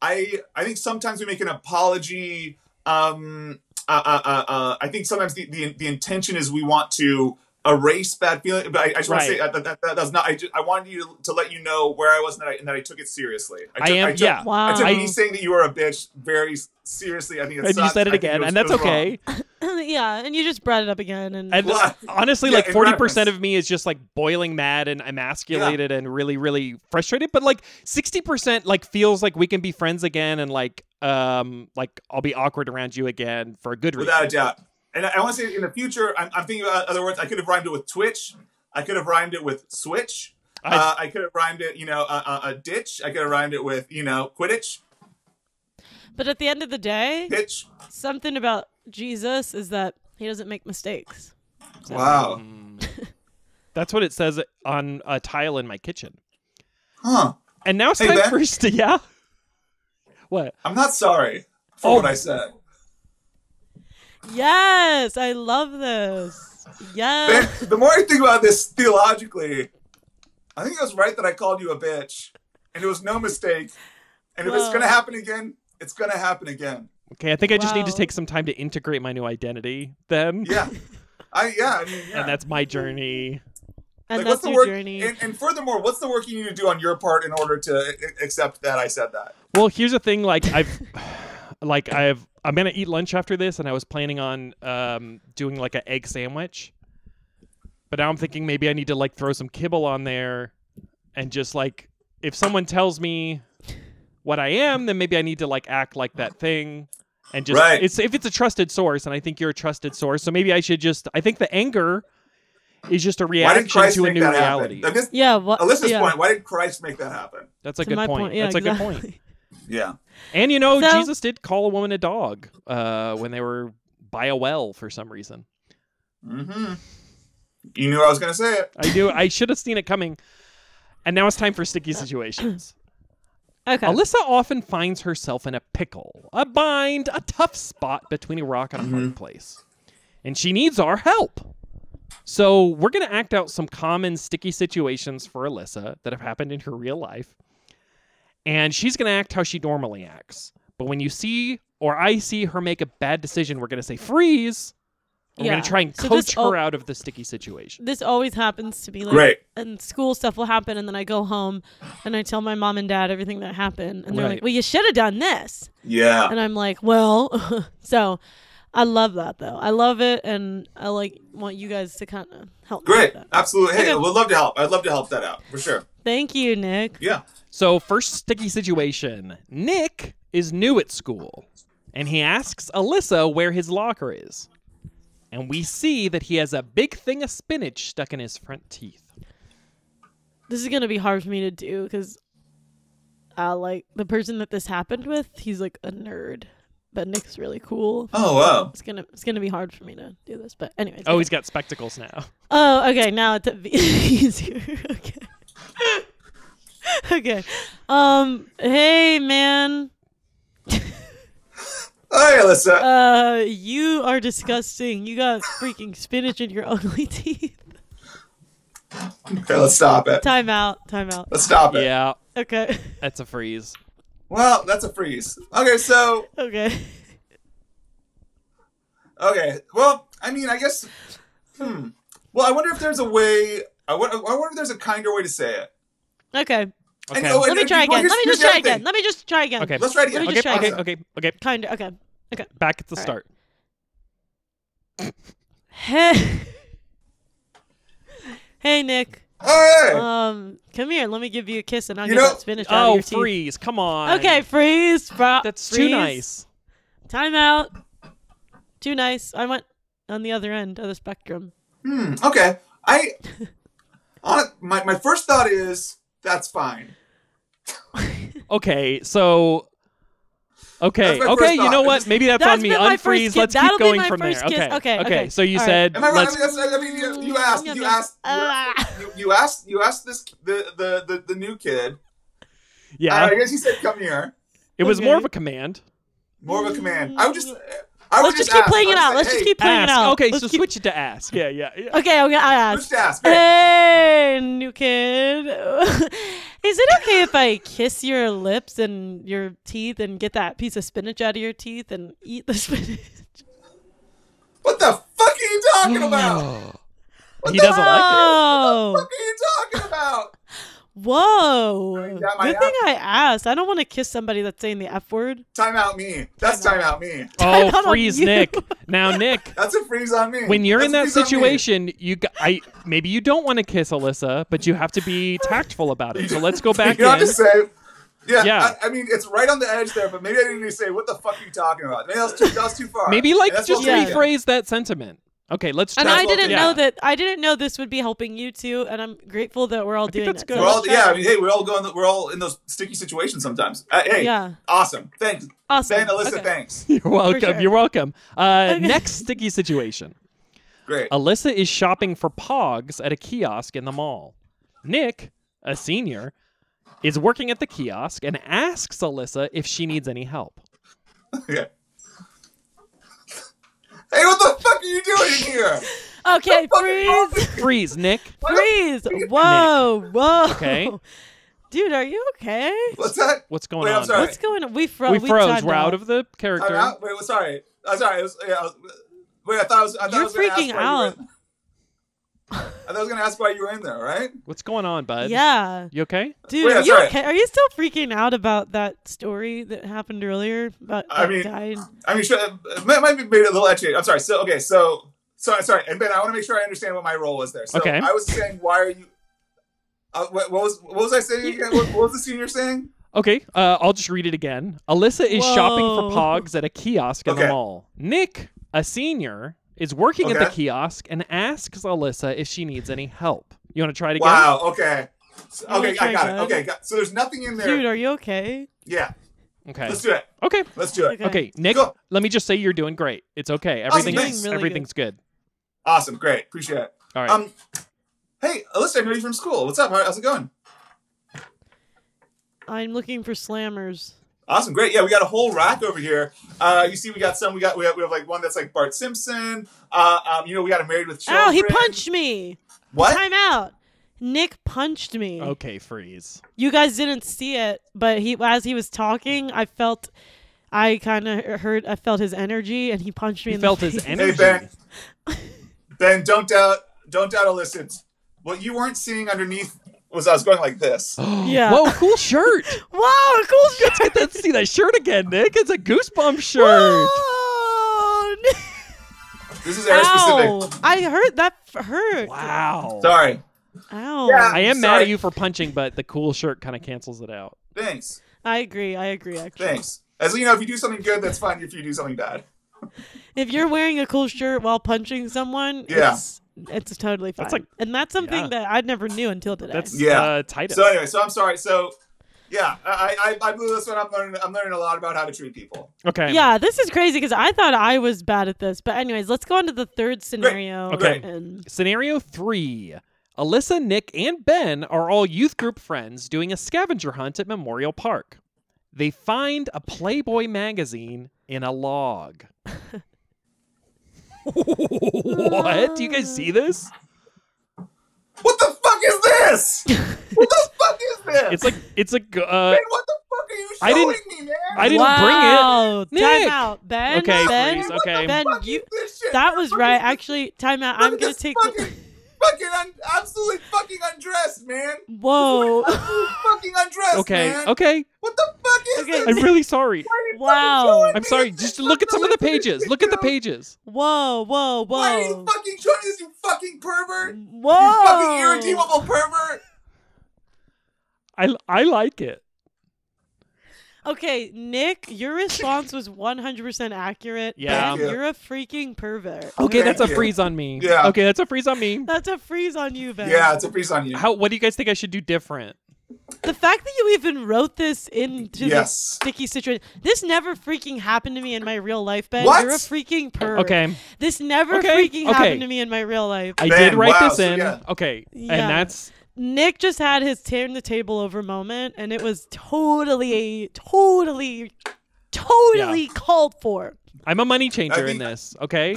[SPEAKER 3] I I think sometimes we make an apology. Um, uh, uh, uh, uh, I think sometimes the, the the intention is we want to erase bad feeling. But I, I just want
[SPEAKER 2] Right.
[SPEAKER 3] to say that that, that, that was not. I, just, I wanted you to, to let you know where I was and that I, and that I took it seriously.
[SPEAKER 2] I
[SPEAKER 3] took,
[SPEAKER 2] am-
[SPEAKER 3] took,
[SPEAKER 2] yeah.
[SPEAKER 1] Wow.
[SPEAKER 3] I took
[SPEAKER 2] I-
[SPEAKER 3] me saying that you were a bitch very seriously. I think it
[SPEAKER 2] and you
[SPEAKER 3] sucks.
[SPEAKER 2] said it
[SPEAKER 3] I think
[SPEAKER 2] again,
[SPEAKER 3] was-
[SPEAKER 2] and that's
[SPEAKER 3] was wrong.
[SPEAKER 2] okay.
[SPEAKER 1] yeah, and you just brought it up again, and
[SPEAKER 2] And
[SPEAKER 3] Well,
[SPEAKER 2] honestly,
[SPEAKER 3] yeah,
[SPEAKER 2] like
[SPEAKER 3] in
[SPEAKER 2] forty percent
[SPEAKER 3] reference.
[SPEAKER 2] of me is just like boiling mad and emasculated and really, really frustrated. But like sixty percent, like feels like we can be friends again, and like, um, like I'll be awkward around you again for a good reason.
[SPEAKER 3] Without a doubt. And I, I want to say in the future, I'm, I'm thinking about other words. I could have rhymed it with Twitch. I could have rhymed it with Switch.
[SPEAKER 2] I-
[SPEAKER 3] I, uh, I could have rhymed it, you know, a, uh a ditch. I could have rhymed it with, you know, Quidditch,
[SPEAKER 1] but at the end of the day,
[SPEAKER 3] pitch.
[SPEAKER 1] something about Jesus is that he doesn't make mistakes.
[SPEAKER 3] Wow.
[SPEAKER 2] That's what it says on a tile in my kitchen.
[SPEAKER 3] Huh.
[SPEAKER 2] And now it's
[SPEAKER 3] Hey,
[SPEAKER 2] time
[SPEAKER 3] Ben.
[SPEAKER 2] for us to yeah. What?
[SPEAKER 3] I'm not sorry for
[SPEAKER 2] Oh.
[SPEAKER 3] what I said.
[SPEAKER 1] Yes, I love this.
[SPEAKER 3] Man,
[SPEAKER 1] Yes.
[SPEAKER 3] the more I think about this theologically, I think I was right that I called you a bitch. And it was no mistake. And if it's
[SPEAKER 1] Whoa.
[SPEAKER 3] going to happen again, it's going to happen again.
[SPEAKER 2] Okay, I think I just need to
[SPEAKER 1] Wow.
[SPEAKER 2] take some time to integrate my new identity then.
[SPEAKER 3] Yeah. I, yeah. I mean, yeah.
[SPEAKER 2] And that's my journey.
[SPEAKER 1] and
[SPEAKER 3] Like, what's
[SPEAKER 1] that's
[SPEAKER 3] the
[SPEAKER 1] your
[SPEAKER 3] work,
[SPEAKER 1] journey.
[SPEAKER 3] And, and furthermore, what's the work you need to do on your part in order to a- a- accept that I said that?
[SPEAKER 2] Well, here's the thing. Like I've, like I've, I'm gonna eat lunch after this, and I was planning on um doing like an egg sandwich, but now I'm thinking maybe I need to like throw some kibble on there, and just like if someone tells me what I am, then maybe I need to like act like that thing, and just
[SPEAKER 3] Right.
[SPEAKER 2] it's if it's a trusted source, and I think you're a trusted source, so maybe I should just. I think the anger is just a
[SPEAKER 3] Why did
[SPEAKER 2] reaction
[SPEAKER 3] Christ
[SPEAKER 2] to a
[SPEAKER 3] make
[SPEAKER 2] new
[SPEAKER 3] that
[SPEAKER 2] reality.
[SPEAKER 3] happen? Like this,
[SPEAKER 1] yeah. What?
[SPEAKER 3] Alyssa's
[SPEAKER 1] yeah,
[SPEAKER 3] point. Why did Christ make that happen?
[SPEAKER 2] That's a
[SPEAKER 1] to
[SPEAKER 2] good
[SPEAKER 1] my
[SPEAKER 2] point.
[SPEAKER 1] Yeah,
[SPEAKER 2] That's a good point.
[SPEAKER 1] exactly.
[SPEAKER 3] Yeah.
[SPEAKER 2] And you know,
[SPEAKER 1] So-
[SPEAKER 2] Jesus did call a woman a dog uh, when they were by a well for some reason.
[SPEAKER 3] Mm-hmm. You knew I was going to say it.
[SPEAKER 2] I do. I should have seen it coming. And now it's time for sticky situations.
[SPEAKER 1] Okay.
[SPEAKER 2] Alyssa often finds herself in a pickle, a bind, a tough spot between a rock and a hard place. And she needs our help. So we're going to act out some common sticky situations for Alyssa that have happened in her real life. And she's going to act how she normally acts. But when you see or I see her make a bad decision, we're going to say freeze. We're
[SPEAKER 1] Yeah.
[SPEAKER 2] going to try and
[SPEAKER 1] So this
[SPEAKER 2] coach
[SPEAKER 1] al-
[SPEAKER 2] her out of the sticky situation.
[SPEAKER 1] this always happens to me. Like,
[SPEAKER 3] Great.
[SPEAKER 1] And school stuff will happen, and then I go home, and I tell my mom and dad everything that happened, and they're
[SPEAKER 2] Right.
[SPEAKER 1] like, "Well, you should have done this,"
[SPEAKER 3] Yeah.
[SPEAKER 1] and I'm like, "Well," so. I love that though. I love it, and I like want you guys to kind of help. me with
[SPEAKER 3] Great.
[SPEAKER 1] that.
[SPEAKER 3] Absolutely. Hey,
[SPEAKER 1] Okay.
[SPEAKER 3] I would love to help. I'd love to help that out for sure.
[SPEAKER 1] Thank you, Nick.
[SPEAKER 3] Yeah.
[SPEAKER 2] So, first sticky situation Nick is new at school, and he asks Alyssa where his locker is. And we see that he has a big thing of spinach stuck in his front teeth.
[SPEAKER 1] this is gonna be hard for me to do because uh like the person that this happened with he's like a nerd but nick's really cool
[SPEAKER 3] Oh, wow.
[SPEAKER 1] it's gonna it's gonna be hard for me to do this but anyways
[SPEAKER 2] Oh,
[SPEAKER 1] okay.
[SPEAKER 2] he's got spectacles now.
[SPEAKER 1] oh okay now it's a bit easier okay okay um hey man
[SPEAKER 3] Hi, Alyssa.
[SPEAKER 1] Uh, you are disgusting. You got freaking spinach in your ugly teeth.
[SPEAKER 3] Okay, let's stop it.
[SPEAKER 1] Time out. Time out.
[SPEAKER 3] Let's stop it.
[SPEAKER 2] Yeah,
[SPEAKER 1] Okay.
[SPEAKER 2] that's a freeze.
[SPEAKER 3] Well, that's a freeze. Okay, so
[SPEAKER 1] Okay.
[SPEAKER 3] okay. Well, I mean, I guess. Hmm. Well, I wonder if there's a way. I wonder, I wonder if there's a kinder way to say it.
[SPEAKER 1] Okay.
[SPEAKER 3] I
[SPEAKER 2] Okay.
[SPEAKER 3] know it-
[SPEAKER 1] Let me
[SPEAKER 3] and
[SPEAKER 1] try
[SPEAKER 3] here's-
[SPEAKER 1] again. Let me
[SPEAKER 3] here's
[SPEAKER 1] just
[SPEAKER 3] the
[SPEAKER 1] try
[SPEAKER 3] other thing.
[SPEAKER 1] again. Let me just try again.
[SPEAKER 2] Okay.
[SPEAKER 3] Let's try it again.
[SPEAKER 1] Let me
[SPEAKER 2] Okay,
[SPEAKER 1] just try
[SPEAKER 2] okay,
[SPEAKER 1] again.
[SPEAKER 2] okay, okay.
[SPEAKER 1] Kind of. Okay. Okay.
[SPEAKER 2] Back at the
[SPEAKER 1] All right.
[SPEAKER 2] start.
[SPEAKER 1] Hey. hey, Nick.
[SPEAKER 3] Hey!
[SPEAKER 1] Um, come here. Let me give you a kiss, and I'll
[SPEAKER 3] You
[SPEAKER 1] get
[SPEAKER 3] know-
[SPEAKER 1] that spinach out of
[SPEAKER 2] Oh,
[SPEAKER 1] your teeth.
[SPEAKER 2] freeze! Come on.
[SPEAKER 1] Okay, freeze. Bro-
[SPEAKER 2] that's
[SPEAKER 1] freeze.
[SPEAKER 2] too nice.
[SPEAKER 1] Time out. Too nice. I went on the other end of the spectrum.
[SPEAKER 3] Hmm, okay. I. On, my, my first thought is that's fine.
[SPEAKER 2] Okay, so. Okay,
[SPEAKER 3] That's my
[SPEAKER 2] okay.
[SPEAKER 3] first
[SPEAKER 2] You know
[SPEAKER 3] thought.
[SPEAKER 2] what? Maybe that's,
[SPEAKER 1] That's
[SPEAKER 2] on me.
[SPEAKER 1] been my first
[SPEAKER 2] Unfreeze.
[SPEAKER 1] kiss.
[SPEAKER 2] Let's
[SPEAKER 1] That'll
[SPEAKER 2] keep
[SPEAKER 1] be
[SPEAKER 2] going
[SPEAKER 1] my
[SPEAKER 2] from there.
[SPEAKER 1] first kiss.
[SPEAKER 2] Okay.
[SPEAKER 1] Okay, okay.
[SPEAKER 2] So you
[SPEAKER 1] All right.
[SPEAKER 2] said
[SPEAKER 3] Am I right?
[SPEAKER 2] let's.
[SPEAKER 3] I mean, that's- I mean, you, you asked. You asked. You
[SPEAKER 1] Uh.
[SPEAKER 3] asked, you, you asked. You asked this the the the, the new kid.
[SPEAKER 2] Yeah.
[SPEAKER 3] Uh, I guess he said, "Come here."
[SPEAKER 2] It was more
[SPEAKER 1] Okay.
[SPEAKER 2] of a command.
[SPEAKER 3] More of a command. I would just. I would
[SPEAKER 1] Let's just keep
[SPEAKER 3] ask.
[SPEAKER 1] playing
[SPEAKER 3] I
[SPEAKER 1] it
[SPEAKER 3] would
[SPEAKER 1] out.
[SPEAKER 3] say,
[SPEAKER 1] Let's just
[SPEAKER 3] "Hey,
[SPEAKER 1] keep playing it
[SPEAKER 2] Ask.
[SPEAKER 1] out.
[SPEAKER 2] Okay,
[SPEAKER 1] Let's
[SPEAKER 2] so
[SPEAKER 1] keep-
[SPEAKER 2] switch it to ask. Yeah, yeah, yeah.
[SPEAKER 1] Okay, okay, I
[SPEAKER 3] Let's
[SPEAKER 1] asked.
[SPEAKER 3] ask. Hey.
[SPEAKER 1] Hey, new kid. Is it okay if I kiss your lips and your teeth and get that piece of spinach out of your teeth and eat the spinach?
[SPEAKER 3] What the fuck are you talking about?
[SPEAKER 2] he doesn't like it.
[SPEAKER 1] Oh,
[SPEAKER 3] What are you talking about?
[SPEAKER 1] whoa.
[SPEAKER 3] got my
[SPEAKER 1] Good thing I asked. I don't want to kiss somebody that's saying the F word.
[SPEAKER 3] Time out me. That's time out me.
[SPEAKER 1] Time
[SPEAKER 2] Oh,
[SPEAKER 1] out on
[SPEAKER 2] freeze,
[SPEAKER 1] you.
[SPEAKER 2] Nick. Now, Nick,
[SPEAKER 3] That's a freeze on me.
[SPEAKER 2] when you're in that
[SPEAKER 3] That's a freeze on me.
[SPEAKER 2] situation, you g- I maybe you don't want to kiss Alyssa, but you have to be tactful about it. So let's go back
[SPEAKER 3] You don't
[SPEAKER 2] in.
[SPEAKER 3] have to say. Yeah,
[SPEAKER 2] Yeah.
[SPEAKER 3] I, I mean, it's right on the edge there, but maybe I didn't need to say, what the fuck are you talking about? Maybe that was too, that was too far.
[SPEAKER 2] Maybe like
[SPEAKER 3] And that's
[SPEAKER 2] just
[SPEAKER 3] what we
[SPEAKER 1] we'll do.
[SPEAKER 2] rephrase that sentiment. Okay, let's.
[SPEAKER 1] And
[SPEAKER 2] try-
[SPEAKER 3] That's
[SPEAKER 1] I
[SPEAKER 3] what
[SPEAKER 1] didn't
[SPEAKER 3] we-
[SPEAKER 1] know
[SPEAKER 2] Yeah.
[SPEAKER 1] that I didn't know this would be helping you too, and I'm grateful that we're all
[SPEAKER 2] think
[SPEAKER 1] doing
[SPEAKER 2] that's
[SPEAKER 1] it.
[SPEAKER 2] good.
[SPEAKER 3] We're all,
[SPEAKER 1] let's
[SPEAKER 3] yeah,
[SPEAKER 1] try.
[SPEAKER 3] I mean, hey, we're all going, we're all in those sticky situations sometimes. Uh, hey,
[SPEAKER 1] Yeah.
[SPEAKER 3] awesome. Thanks.
[SPEAKER 1] Awesome.
[SPEAKER 3] Ben, Alyssa,
[SPEAKER 1] Okay.
[SPEAKER 3] thanks.
[SPEAKER 2] You're welcome.
[SPEAKER 1] sure.
[SPEAKER 2] You're welcome. Uh,
[SPEAKER 1] Okay.
[SPEAKER 2] Next sticky situation.
[SPEAKER 3] Great.
[SPEAKER 2] Alyssa is shopping for Pogs at a kiosk in the mall. Nick, a senior, is working at the kiosk and asks Alyssa if she needs any help.
[SPEAKER 3] Okay. Hey, what the fuck are you doing in here?
[SPEAKER 1] Okay,
[SPEAKER 3] What the fuck
[SPEAKER 1] freeze.
[SPEAKER 2] Freeze, Nick.
[SPEAKER 1] Freeze! Whoa, whoa.
[SPEAKER 2] Okay.
[SPEAKER 1] Dude, are you okay?
[SPEAKER 3] What's that?
[SPEAKER 2] What's going
[SPEAKER 3] Wait, I'm
[SPEAKER 2] on?
[SPEAKER 3] sorry.
[SPEAKER 1] What's going on? We, fro-
[SPEAKER 2] We froze.
[SPEAKER 1] timed
[SPEAKER 2] We're out of the
[SPEAKER 3] I'm
[SPEAKER 2] character.
[SPEAKER 3] out. Wait, well, sorry. I'm sorry. I was, yeah, I was, wait, I thought I was. I thought I
[SPEAKER 1] You're
[SPEAKER 3] was gonna ask
[SPEAKER 1] freaking
[SPEAKER 3] why you
[SPEAKER 1] out.
[SPEAKER 3] were- I thought I was going to ask why you were in there, right?
[SPEAKER 2] What's going on, bud?
[SPEAKER 1] Yeah.
[SPEAKER 2] You okay?
[SPEAKER 1] Dude,
[SPEAKER 3] Wait,
[SPEAKER 1] are
[SPEAKER 3] I'm
[SPEAKER 1] you
[SPEAKER 3] sorry.
[SPEAKER 1] okay? Are you still freaking out about that story that happened earlier about
[SPEAKER 3] I
[SPEAKER 1] that
[SPEAKER 3] mean-
[SPEAKER 1] guy?
[SPEAKER 3] I mean, sure, it might, might be made a little edgy. I'm sorry. So, okay, so sorry, sorry, and Ben, I want to make sure I understand what my role was there. So,
[SPEAKER 2] Okay.
[SPEAKER 3] I was saying, why are you? Uh, what, what was what was I saying? Again? What, what was the senior saying?
[SPEAKER 2] Okay. Uh, I'll just read it again. Alyssa is shopping for
[SPEAKER 1] Whoa.
[SPEAKER 2] Pogs at a kiosk in the
[SPEAKER 3] Okay.
[SPEAKER 2] mall. Nick, a senior, is working at the
[SPEAKER 3] Okay.
[SPEAKER 2] kiosk and asks Alyssa if she needs any help. You want to try it again?
[SPEAKER 3] Wow. Okay. So-
[SPEAKER 1] Oh,
[SPEAKER 3] Okay, I
[SPEAKER 1] sorry,
[SPEAKER 3] got it.
[SPEAKER 1] guys.
[SPEAKER 3] Okay, got, so there's nothing in there.
[SPEAKER 1] Dude, are you okay?
[SPEAKER 3] yeah,
[SPEAKER 2] Okay.
[SPEAKER 3] let's do it.
[SPEAKER 2] Okay.
[SPEAKER 3] Let's do it.
[SPEAKER 1] Okay.
[SPEAKER 2] Okay, Nick,
[SPEAKER 3] Go.
[SPEAKER 2] let me just say you're doing great. It's okay. Everything's
[SPEAKER 3] thanks.
[SPEAKER 1] Doing really
[SPEAKER 2] everything's good.
[SPEAKER 3] Awesome. Great. Appreciate it.
[SPEAKER 2] All right.
[SPEAKER 3] Um, hey, Alyssa, I know you from school. What's up? How- How's it going?
[SPEAKER 1] I'm looking for slammers.
[SPEAKER 3] Awesome, great. Yeah, we got a whole rack over here. Uh, you see, we got some. We got we have, we have like one that's like Bart Simpson. Uh, um, you know, we got a Married with Children.
[SPEAKER 1] Ow, he punched me.
[SPEAKER 3] What?
[SPEAKER 1] Time out. Nick punched me.
[SPEAKER 2] okay, freeze.
[SPEAKER 1] You guys didn't see it, but he as he was talking, I felt I kind of heard I felt his energy and he punched me
[SPEAKER 2] He
[SPEAKER 1] in
[SPEAKER 2] felt
[SPEAKER 1] the
[SPEAKER 2] his
[SPEAKER 1] face.
[SPEAKER 3] Hey
[SPEAKER 2] energy.
[SPEAKER 3] Ben. ben, don't doubt don't doubt Alyssa. What you weren't seeing underneath was I was going like this.
[SPEAKER 1] Yeah.
[SPEAKER 2] Whoa, cool shirt.
[SPEAKER 1] Wow, cool shit.
[SPEAKER 2] Let's get that see that shirt again, Nick. It's a goosebump shirt.
[SPEAKER 1] Oh, Nick.
[SPEAKER 3] This is era specific.
[SPEAKER 1] I heard that f- hurt.
[SPEAKER 2] Wow.
[SPEAKER 3] Sorry.
[SPEAKER 1] Ow.
[SPEAKER 3] Yeah.
[SPEAKER 2] I am mad
[SPEAKER 3] Sorry.
[SPEAKER 2] at you for punching, but the cool shirt kind of cancels it out.
[SPEAKER 3] Thanks.
[SPEAKER 1] I agree. I agree, actually.
[SPEAKER 3] Thanks. As you know, if you do something good, that's fine. If you do something bad,
[SPEAKER 1] If you're wearing a cool shirt while punching someone,
[SPEAKER 3] Yeah.
[SPEAKER 1] it's, it's totally fine.
[SPEAKER 2] That's like-
[SPEAKER 1] and that's something
[SPEAKER 2] yeah.
[SPEAKER 1] that I never knew until today.
[SPEAKER 2] That's
[SPEAKER 3] Yeah.
[SPEAKER 2] uh, Titus.
[SPEAKER 3] so anyway, so I'm sorry. So yeah, I I, I blew this one. I'm learning. I'm learning a lot about how to treat people.
[SPEAKER 2] okay.
[SPEAKER 1] yeah, this is crazy because I thought I was bad at this. But, anyways, let's go on to the third scenario.
[SPEAKER 2] Okay.
[SPEAKER 1] And
[SPEAKER 2] Scenario three. Alyssa, Nick, and Ben are all youth group friends doing a scavenger hunt at Memorial Park. They find a Playboy magazine in a log. what? Do you guys see this?
[SPEAKER 3] What the fuck is this? what the fuck is this?
[SPEAKER 2] It's like it's like uh
[SPEAKER 3] man, what the fuck are you
[SPEAKER 2] I
[SPEAKER 3] showing
[SPEAKER 2] didn't-
[SPEAKER 3] me, man?
[SPEAKER 2] I didn't
[SPEAKER 1] wow.
[SPEAKER 2] bring it.
[SPEAKER 1] Time
[SPEAKER 2] Nick.
[SPEAKER 1] out, Ben.
[SPEAKER 2] Okay,
[SPEAKER 1] ben,
[SPEAKER 2] freeze.
[SPEAKER 3] What the
[SPEAKER 2] okay.
[SPEAKER 1] Ben,
[SPEAKER 3] fuck is
[SPEAKER 1] you-
[SPEAKER 3] this shit?
[SPEAKER 1] that was
[SPEAKER 3] What
[SPEAKER 1] right.
[SPEAKER 3] is this?
[SPEAKER 1] Actually, time out.
[SPEAKER 3] Look
[SPEAKER 1] I'm
[SPEAKER 3] at
[SPEAKER 1] gonna
[SPEAKER 3] this
[SPEAKER 1] take.
[SPEAKER 3] fucking, fucking un, absolutely fucking undressed, man.
[SPEAKER 1] Whoa.
[SPEAKER 3] Absolutely fucking undressed,
[SPEAKER 2] Oh. okay,
[SPEAKER 3] man.
[SPEAKER 2] okay.
[SPEAKER 3] What the fuck is
[SPEAKER 1] Okay.
[SPEAKER 3] this?
[SPEAKER 2] I'm really sorry.
[SPEAKER 3] Why are you fucking
[SPEAKER 1] Wow.
[SPEAKER 3] showing
[SPEAKER 2] I'm
[SPEAKER 3] me
[SPEAKER 2] sorry.
[SPEAKER 3] this?
[SPEAKER 2] Just
[SPEAKER 3] What
[SPEAKER 2] look at some of the
[SPEAKER 3] fuck is
[SPEAKER 2] pages.
[SPEAKER 3] this
[SPEAKER 2] Look at the
[SPEAKER 3] show?
[SPEAKER 2] pages.
[SPEAKER 1] Whoa. Whoa.
[SPEAKER 3] Why are you
[SPEAKER 1] Whoa.
[SPEAKER 3] fucking showing this, you fucking pervert?
[SPEAKER 1] Whoa.
[SPEAKER 3] You fucking irredeemable pervert.
[SPEAKER 2] I I like it.
[SPEAKER 1] Okay, Nick, your response was 100% accurate.
[SPEAKER 2] Yeah.
[SPEAKER 1] Ben,
[SPEAKER 3] Yeah.
[SPEAKER 1] you're a freaking pervert.
[SPEAKER 2] Okay,
[SPEAKER 3] Thank
[SPEAKER 2] that's a
[SPEAKER 3] you.
[SPEAKER 2] freeze on me.
[SPEAKER 3] Yeah.
[SPEAKER 2] Okay, that's a freeze on me.
[SPEAKER 1] That's a freeze on you, Ben.
[SPEAKER 3] Yeah, it's a piece on you.
[SPEAKER 2] How what do you guys think I should do different?
[SPEAKER 1] The fact that you even wrote this into this
[SPEAKER 3] Yes.
[SPEAKER 1] sticky situation. This never freaking happened to me in my real life, Ben.
[SPEAKER 3] What?
[SPEAKER 1] You're a freaking pervert.
[SPEAKER 2] Okay.
[SPEAKER 1] This never
[SPEAKER 2] Okay,
[SPEAKER 1] freaking
[SPEAKER 2] okay.
[SPEAKER 1] happened to me in my real life.
[SPEAKER 2] I
[SPEAKER 3] Man,
[SPEAKER 2] did write
[SPEAKER 3] wow,
[SPEAKER 2] this
[SPEAKER 3] so
[SPEAKER 2] in.
[SPEAKER 3] yeah.
[SPEAKER 2] Okay.
[SPEAKER 1] Yeah.
[SPEAKER 2] And that's
[SPEAKER 1] Nick just had his turn the table over moment, and it was totally, totally, totally called for.
[SPEAKER 2] I'm a money changer
[SPEAKER 3] I
[SPEAKER 2] in
[SPEAKER 3] think-
[SPEAKER 2] this, okay?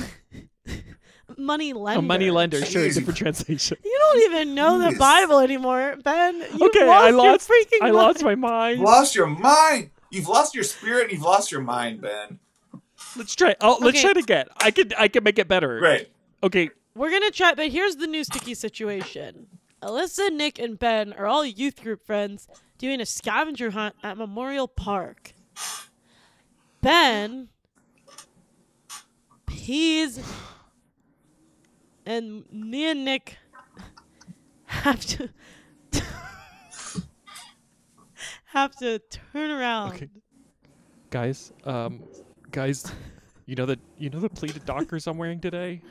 [SPEAKER 1] Money lender.
[SPEAKER 2] A money lender, sure,
[SPEAKER 3] Jeez.
[SPEAKER 2] different translation.
[SPEAKER 1] You don't even know the
[SPEAKER 3] Jeez.
[SPEAKER 1] Bible anymore, Ben. You
[SPEAKER 2] okay,
[SPEAKER 1] lost
[SPEAKER 2] I lost
[SPEAKER 1] your freaking
[SPEAKER 2] I lost my mind.
[SPEAKER 3] You've lost your mind. You've lost your spirit and you've lost your mind, Ben.
[SPEAKER 2] Let's try. Oh, let's
[SPEAKER 1] Okay.
[SPEAKER 2] try it again. I could I could make it better.
[SPEAKER 3] Right.
[SPEAKER 2] Okay.
[SPEAKER 1] We're gonna try, but here's the new sticky situation. Alyssa, Nick, and Ben are all youth group friends doing a scavenger hunt at Memorial Park. Ben pees, and me and Nick have to have to turn around.
[SPEAKER 2] Okay. Guys, um guys, you know the you know the pleated dockers I'm wearing today?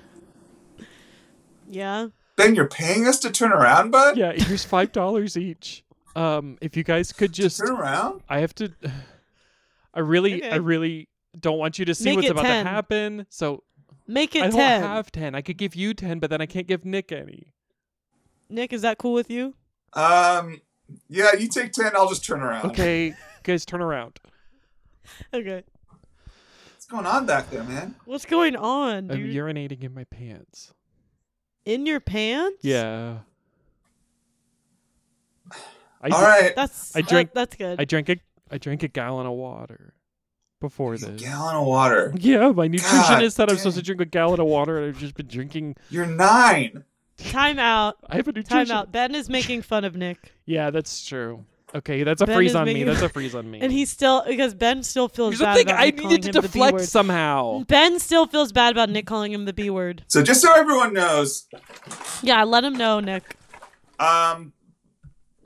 [SPEAKER 1] Yeah.
[SPEAKER 3] Ben, you're paying us to turn around, bud?
[SPEAKER 2] Yeah, here's five dollars each. Um if you guys could just
[SPEAKER 3] Turn around?
[SPEAKER 2] I have to. I really, I
[SPEAKER 1] Okay.
[SPEAKER 2] really don't want you to see
[SPEAKER 1] Make
[SPEAKER 2] what's
[SPEAKER 1] it
[SPEAKER 2] about
[SPEAKER 1] 10.
[SPEAKER 2] to happen. So
[SPEAKER 1] Make it
[SPEAKER 2] I don't
[SPEAKER 1] ten.
[SPEAKER 2] have ten. I could give you ten, but then I can't give Nick any.
[SPEAKER 1] Nick, is that cool with you?
[SPEAKER 3] Um, yeah, you take 10, I'll just turn around.
[SPEAKER 2] Okay, guys, turn around.
[SPEAKER 1] Okay.
[SPEAKER 3] What's going on back there, man?
[SPEAKER 1] What's going on,
[SPEAKER 2] I'm
[SPEAKER 1] dude?
[SPEAKER 2] urinating in my pants.
[SPEAKER 1] In your pants?
[SPEAKER 2] Yeah. I
[SPEAKER 3] All
[SPEAKER 2] dr-
[SPEAKER 3] right.
[SPEAKER 1] That's
[SPEAKER 2] I drank-
[SPEAKER 1] that- that's good.
[SPEAKER 2] I drank a I drank a gallon of water before
[SPEAKER 3] A
[SPEAKER 2] this.
[SPEAKER 3] gallon of water.
[SPEAKER 2] Yeah, my nutritionist said I'm
[SPEAKER 3] dang.
[SPEAKER 2] supposed to drink a gallon of water, and I've just been drinking.
[SPEAKER 3] You're nine.
[SPEAKER 1] Time out.
[SPEAKER 2] I have a
[SPEAKER 1] Time
[SPEAKER 2] nutrition.
[SPEAKER 1] out. Ben is making fun of Nick.
[SPEAKER 2] Yeah, that's true. Okay, that's a
[SPEAKER 1] Ben
[SPEAKER 2] freeze
[SPEAKER 1] is
[SPEAKER 2] on me.
[SPEAKER 1] making-
[SPEAKER 2] That's a freeze on me.
[SPEAKER 1] And he's still because Ben still feels
[SPEAKER 2] Here's the
[SPEAKER 1] bad
[SPEAKER 2] thing.
[SPEAKER 1] about
[SPEAKER 2] I
[SPEAKER 1] Nick calling
[SPEAKER 2] needed to
[SPEAKER 1] him the B
[SPEAKER 2] deflect
[SPEAKER 1] word.
[SPEAKER 2] somehow.
[SPEAKER 1] Ben still feels bad about Nick calling him the B word.
[SPEAKER 3] So just so everyone knows,
[SPEAKER 1] Yeah, let him know, Nick.
[SPEAKER 3] um,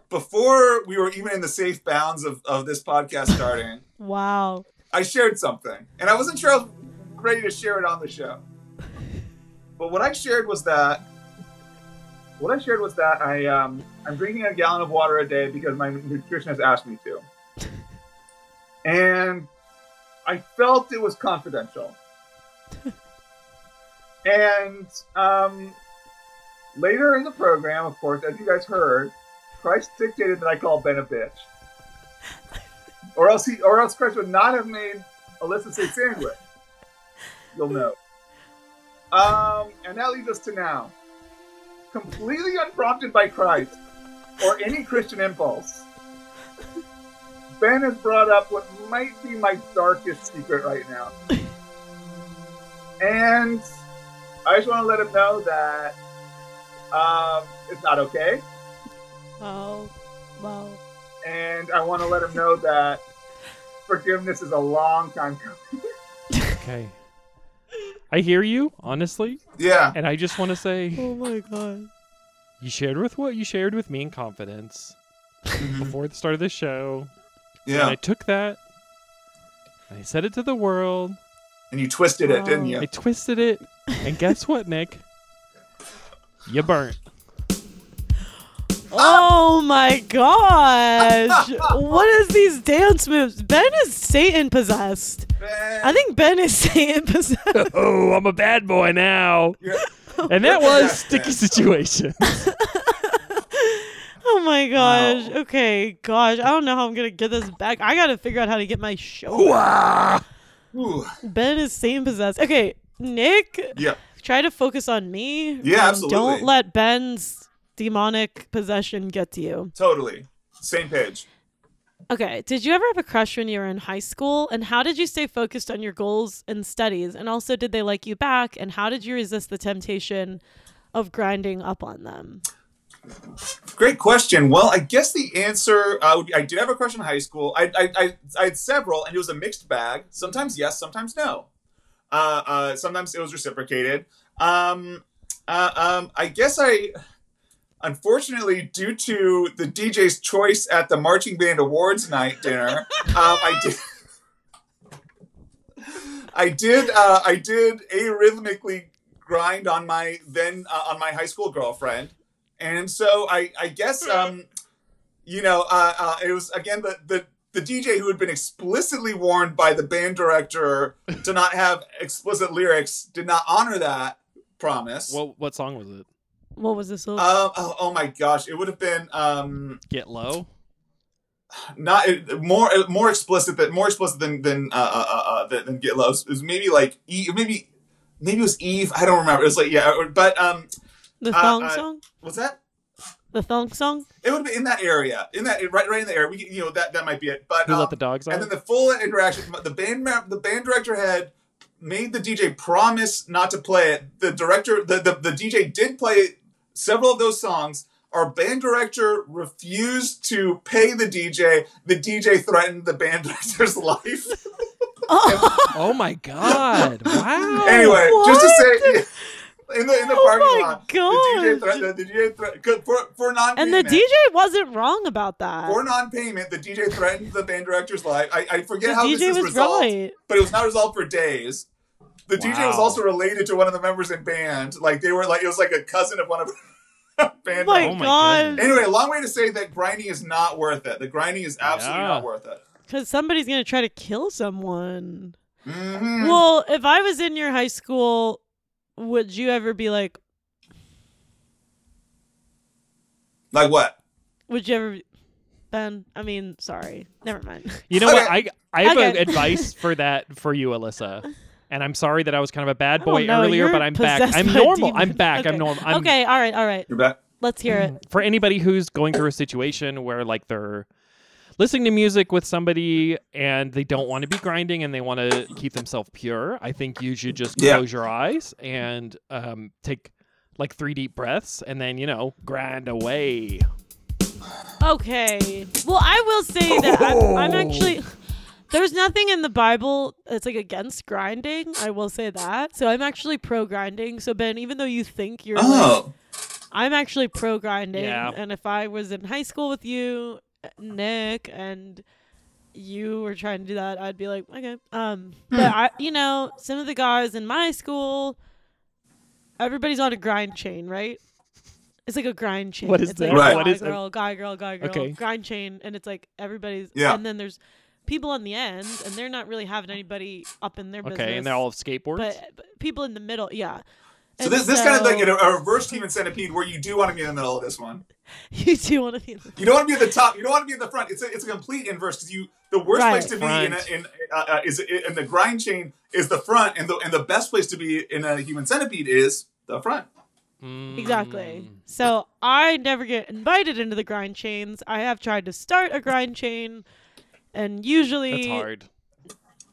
[SPEAKER 3] before we were even in the safe bounds of, of this podcast starting,
[SPEAKER 1] Wow.
[SPEAKER 3] I shared something, and I wasn't sure I was ready to share it on the show. But what I shared was that what I shared was that I um, I'm drinking a gallon of water a day because my nutritionist asked me to, and I felt it was confidential. and um, later in the program, of course, as you guys heard, Christ dictated that I call Ben a bitch or else he, or else Chris would not have made Alyssa say sandwich. You'll know. Um, and that leads us to now, completely unprompted by Christ or any Christian impulse. Ben has brought up what might be my darkest secret right now, and I just want to let him know that um, it's not okay
[SPEAKER 1] Wow. Wow.
[SPEAKER 3] and I want to let him know that forgiveness is a long time coming.
[SPEAKER 2] Okay. I hear you, honestly,
[SPEAKER 3] Yeah,
[SPEAKER 2] and I just want to say
[SPEAKER 1] Oh my god.
[SPEAKER 2] you shared with what you shared with me in confidence before the start of the show, and
[SPEAKER 3] Mm-hmm. yeah.
[SPEAKER 2] I took that. And I said it to the world.
[SPEAKER 3] And you twisted it, didn't
[SPEAKER 2] I
[SPEAKER 3] you?
[SPEAKER 2] twisted it, and guess what, Nick? You burnt.
[SPEAKER 1] Oh my gosh. what is these dance moves? Ben is Satan possessed. I think Ben is Satan possessed.
[SPEAKER 2] Oh, I'm a bad boy now.
[SPEAKER 3] You're-
[SPEAKER 2] And that was sticky situation.
[SPEAKER 1] Oh my gosh. Okay, gosh. I don't know how I'm gonna get this back. I gotta figure out how to get my show.
[SPEAKER 2] Wah!
[SPEAKER 3] Ooh,
[SPEAKER 1] Ben is same possessed. Okay, Nick,
[SPEAKER 3] yeah.
[SPEAKER 1] try to focus on me.
[SPEAKER 3] Yeah,
[SPEAKER 1] Um,
[SPEAKER 3] absolutely.
[SPEAKER 1] Don't let Ben's demonic possession get to you.
[SPEAKER 3] Totally. Same page.
[SPEAKER 1] Okay, did you ever have a crush when you were in high school? And how did you stay focused on your goals and studies? And also, did they like you back? And how did you resist the temptation of grinding up on them?
[SPEAKER 3] Great question. Well, I guess the answer uh, would be, I did have a crush in high school. I, I, I, I had several, and it was a mixed bag. Sometimes yes, sometimes no. Uh, uh, sometimes it was reciprocated. Um, uh, um, I guess I, unfortunately, due to the DJ's choice at the marching band awards night dinner, um, I did. I did. Uh, I did arrhythmically grind on my then uh, on my high school girlfriend. And so I, I guess, um, you know, uh, uh, it was again the, the the DJ who had been explicitly warned by the band director to not have explicit lyrics did not honor that promise.
[SPEAKER 2] What what song was it?
[SPEAKER 1] What was this? little-
[SPEAKER 3] Uh, oh, oh my gosh! It would have been um,
[SPEAKER 2] Get low.
[SPEAKER 3] not it- more more explicit that more explicit than than uh, uh, uh, uh, than, than Get Low. It was- it was maybe like E, maybe maybe it was Eve. I don't remember. It was like yeah, but um,
[SPEAKER 1] the
[SPEAKER 3] uh,
[SPEAKER 1] thong
[SPEAKER 3] uh,
[SPEAKER 1] song?
[SPEAKER 3] what's that?
[SPEAKER 1] The thong song?
[SPEAKER 3] It would be in that area, in that right, right in the area. We, you know, that that might be it. But
[SPEAKER 2] Who
[SPEAKER 3] um,
[SPEAKER 2] let the dogs out?
[SPEAKER 3] and then the full interaction, the band, ma- the band director had made the DJ promise not to play it. The director, the the, the DJ did play several of those songs. Our band director refused to pay the DJ. The DJ threatened the band director's life.
[SPEAKER 2] oh my god! Wow.
[SPEAKER 3] anyway, just to say, in the in the
[SPEAKER 1] Oh
[SPEAKER 3] parking
[SPEAKER 1] my
[SPEAKER 3] lot, the
[SPEAKER 1] gosh.
[SPEAKER 3] DJ threatened the DJ threat, for for non
[SPEAKER 1] And the DJ wasn't wrong about that.
[SPEAKER 3] for non-payment, the DJ threatened the band director's life. I, I forget
[SPEAKER 1] The
[SPEAKER 3] how
[SPEAKER 1] DJ
[SPEAKER 3] this is
[SPEAKER 1] was
[SPEAKER 3] resolved,
[SPEAKER 1] right.
[SPEAKER 3] but it was not resolved for days. The DJ was
[SPEAKER 2] Wow.
[SPEAKER 3] also related to one of the members in band. Like they were like it was like a cousin of one of
[SPEAKER 1] Oh
[SPEAKER 3] band.
[SPEAKER 1] my,
[SPEAKER 2] Oh my
[SPEAKER 1] god.
[SPEAKER 2] goodness.
[SPEAKER 3] Anyway, a long way to say that grinding is not worth it. The grinding is absolutely
[SPEAKER 2] Yeah.
[SPEAKER 3] not worth it.
[SPEAKER 1] Because somebody's going to try to kill someone.
[SPEAKER 3] Mhm.
[SPEAKER 1] Well, if I was in your high school, would you ever be like,
[SPEAKER 3] like what?
[SPEAKER 1] would you ever be, Ben? I mean, sorry. Never mind.
[SPEAKER 2] You know what? I
[SPEAKER 3] Okay.
[SPEAKER 2] I have
[SPEAKER 1] Okay.
[SPEAKER 2] a- advice for that for you, Alyssa. And I'm sorry that I was kind of a
[SPEAKER 1] I
[SPEAKER 2] bad
[SPEAKER 1] don't
[SPEAKER 2] boy
[SPEAKER 1] know,
[SPEAKER 2] earlier,
[SPEAKER 1] Oh, you're
[SPEAKER 2] but I'm back.
[SPEAKER 1] possessed
[SPEAKER 2] I'm
[SPEAKER 1] by
[SPEAKER 2] normal. I'm
[SPEAKER 1] demons.
[SPEAKER 2] back.
[SPEAKER 1] Okay.
[SPEAKER 2] I'm normal. I'm,
[SPEAKER 1] okay, all right, all right.
[SPEAKER 3] You're back.
[SPEAKER 1] Let's hear it.
[SPEAKER 2] For anybody who's going through a situation where like they're listening to music with somebody and they don't want to be grinding and they want to keep themselves pure, I think you should just
[SPEAKER 3] Yeah.
[SPEAKER 2] close your eyes and um, take like three deep breaths and then you know grind away.
[SPEAKER 1] Okay. Well, I will say that I'm, I'm actually. There's nothing in the Bible that's like against grinding. I will say that. So I'm actually pro grinding. So Ben, even though you think you're, like,
[SPEAKER 3] Oh,
[SPEAKER 1] I'm actually pro grinding.
[SPEAKER 2] Yeah.
[SPEAKER 1] And if I was in high school with you, Nick, and you were trying to do that, I'd be like, okay. Um,
[SPEAKER 3] Hmm.
[SPEAKER 1] but I, you know, some of the guys in my school, everybody's on a grind chain, right? It's like a grind chain.
[SPEAKER 2] What is
[SPEAKER 1] it's
[SPEAKER 2] that?
[SPEAKER 1] Like
[SPEAKER 3] Right.
[SPEAKER 1] Guy,
[SPEAKER 2] What is that?
[SPEAKER 1] girl, guy, girl, guy, girl,
[SPEAKER 2] Okay.
[SPEAKER 1] grind chain, and it's like everybody's.
[SPEAKER 3] Yeah.
[SPEAKER 1] And then there's people on the end, and they're not really having anybody up in their business.
[SPEAKER 2] Okay, and they're all skateboards.
[SPEAKER 1] But, but people in the middle, yeah.
[SPEAKER 3] so
[SPEAKER 1] And
[SPEAKER 3] this this kind of like
[SPEAKER 1] so-
[SPEAKER 3] a, a reverse human centipede where you do want to be in the middle of this one.
[SPEAKER 1] you do want to be.
[SPEAKER 3] You don't want to be at the top. You don't want to be at the front. It's a, it's a complete inverse because you the worst
[SPEAKER 1] Right.
[SPEAKER 3] place to be in,
[SPEAKER 2] Front.
[SPEAKER 3] a, in uh, uh, is in the grind chain is the front, and the and the best place to be in a human centipede is the front.
[SPEAKER 2] Mm.
[SPEAKER 1] Exactly. So I never get invited into the grind chains. I have tried to start a grind chain, and usually
[SPEAKER 2] That's hard.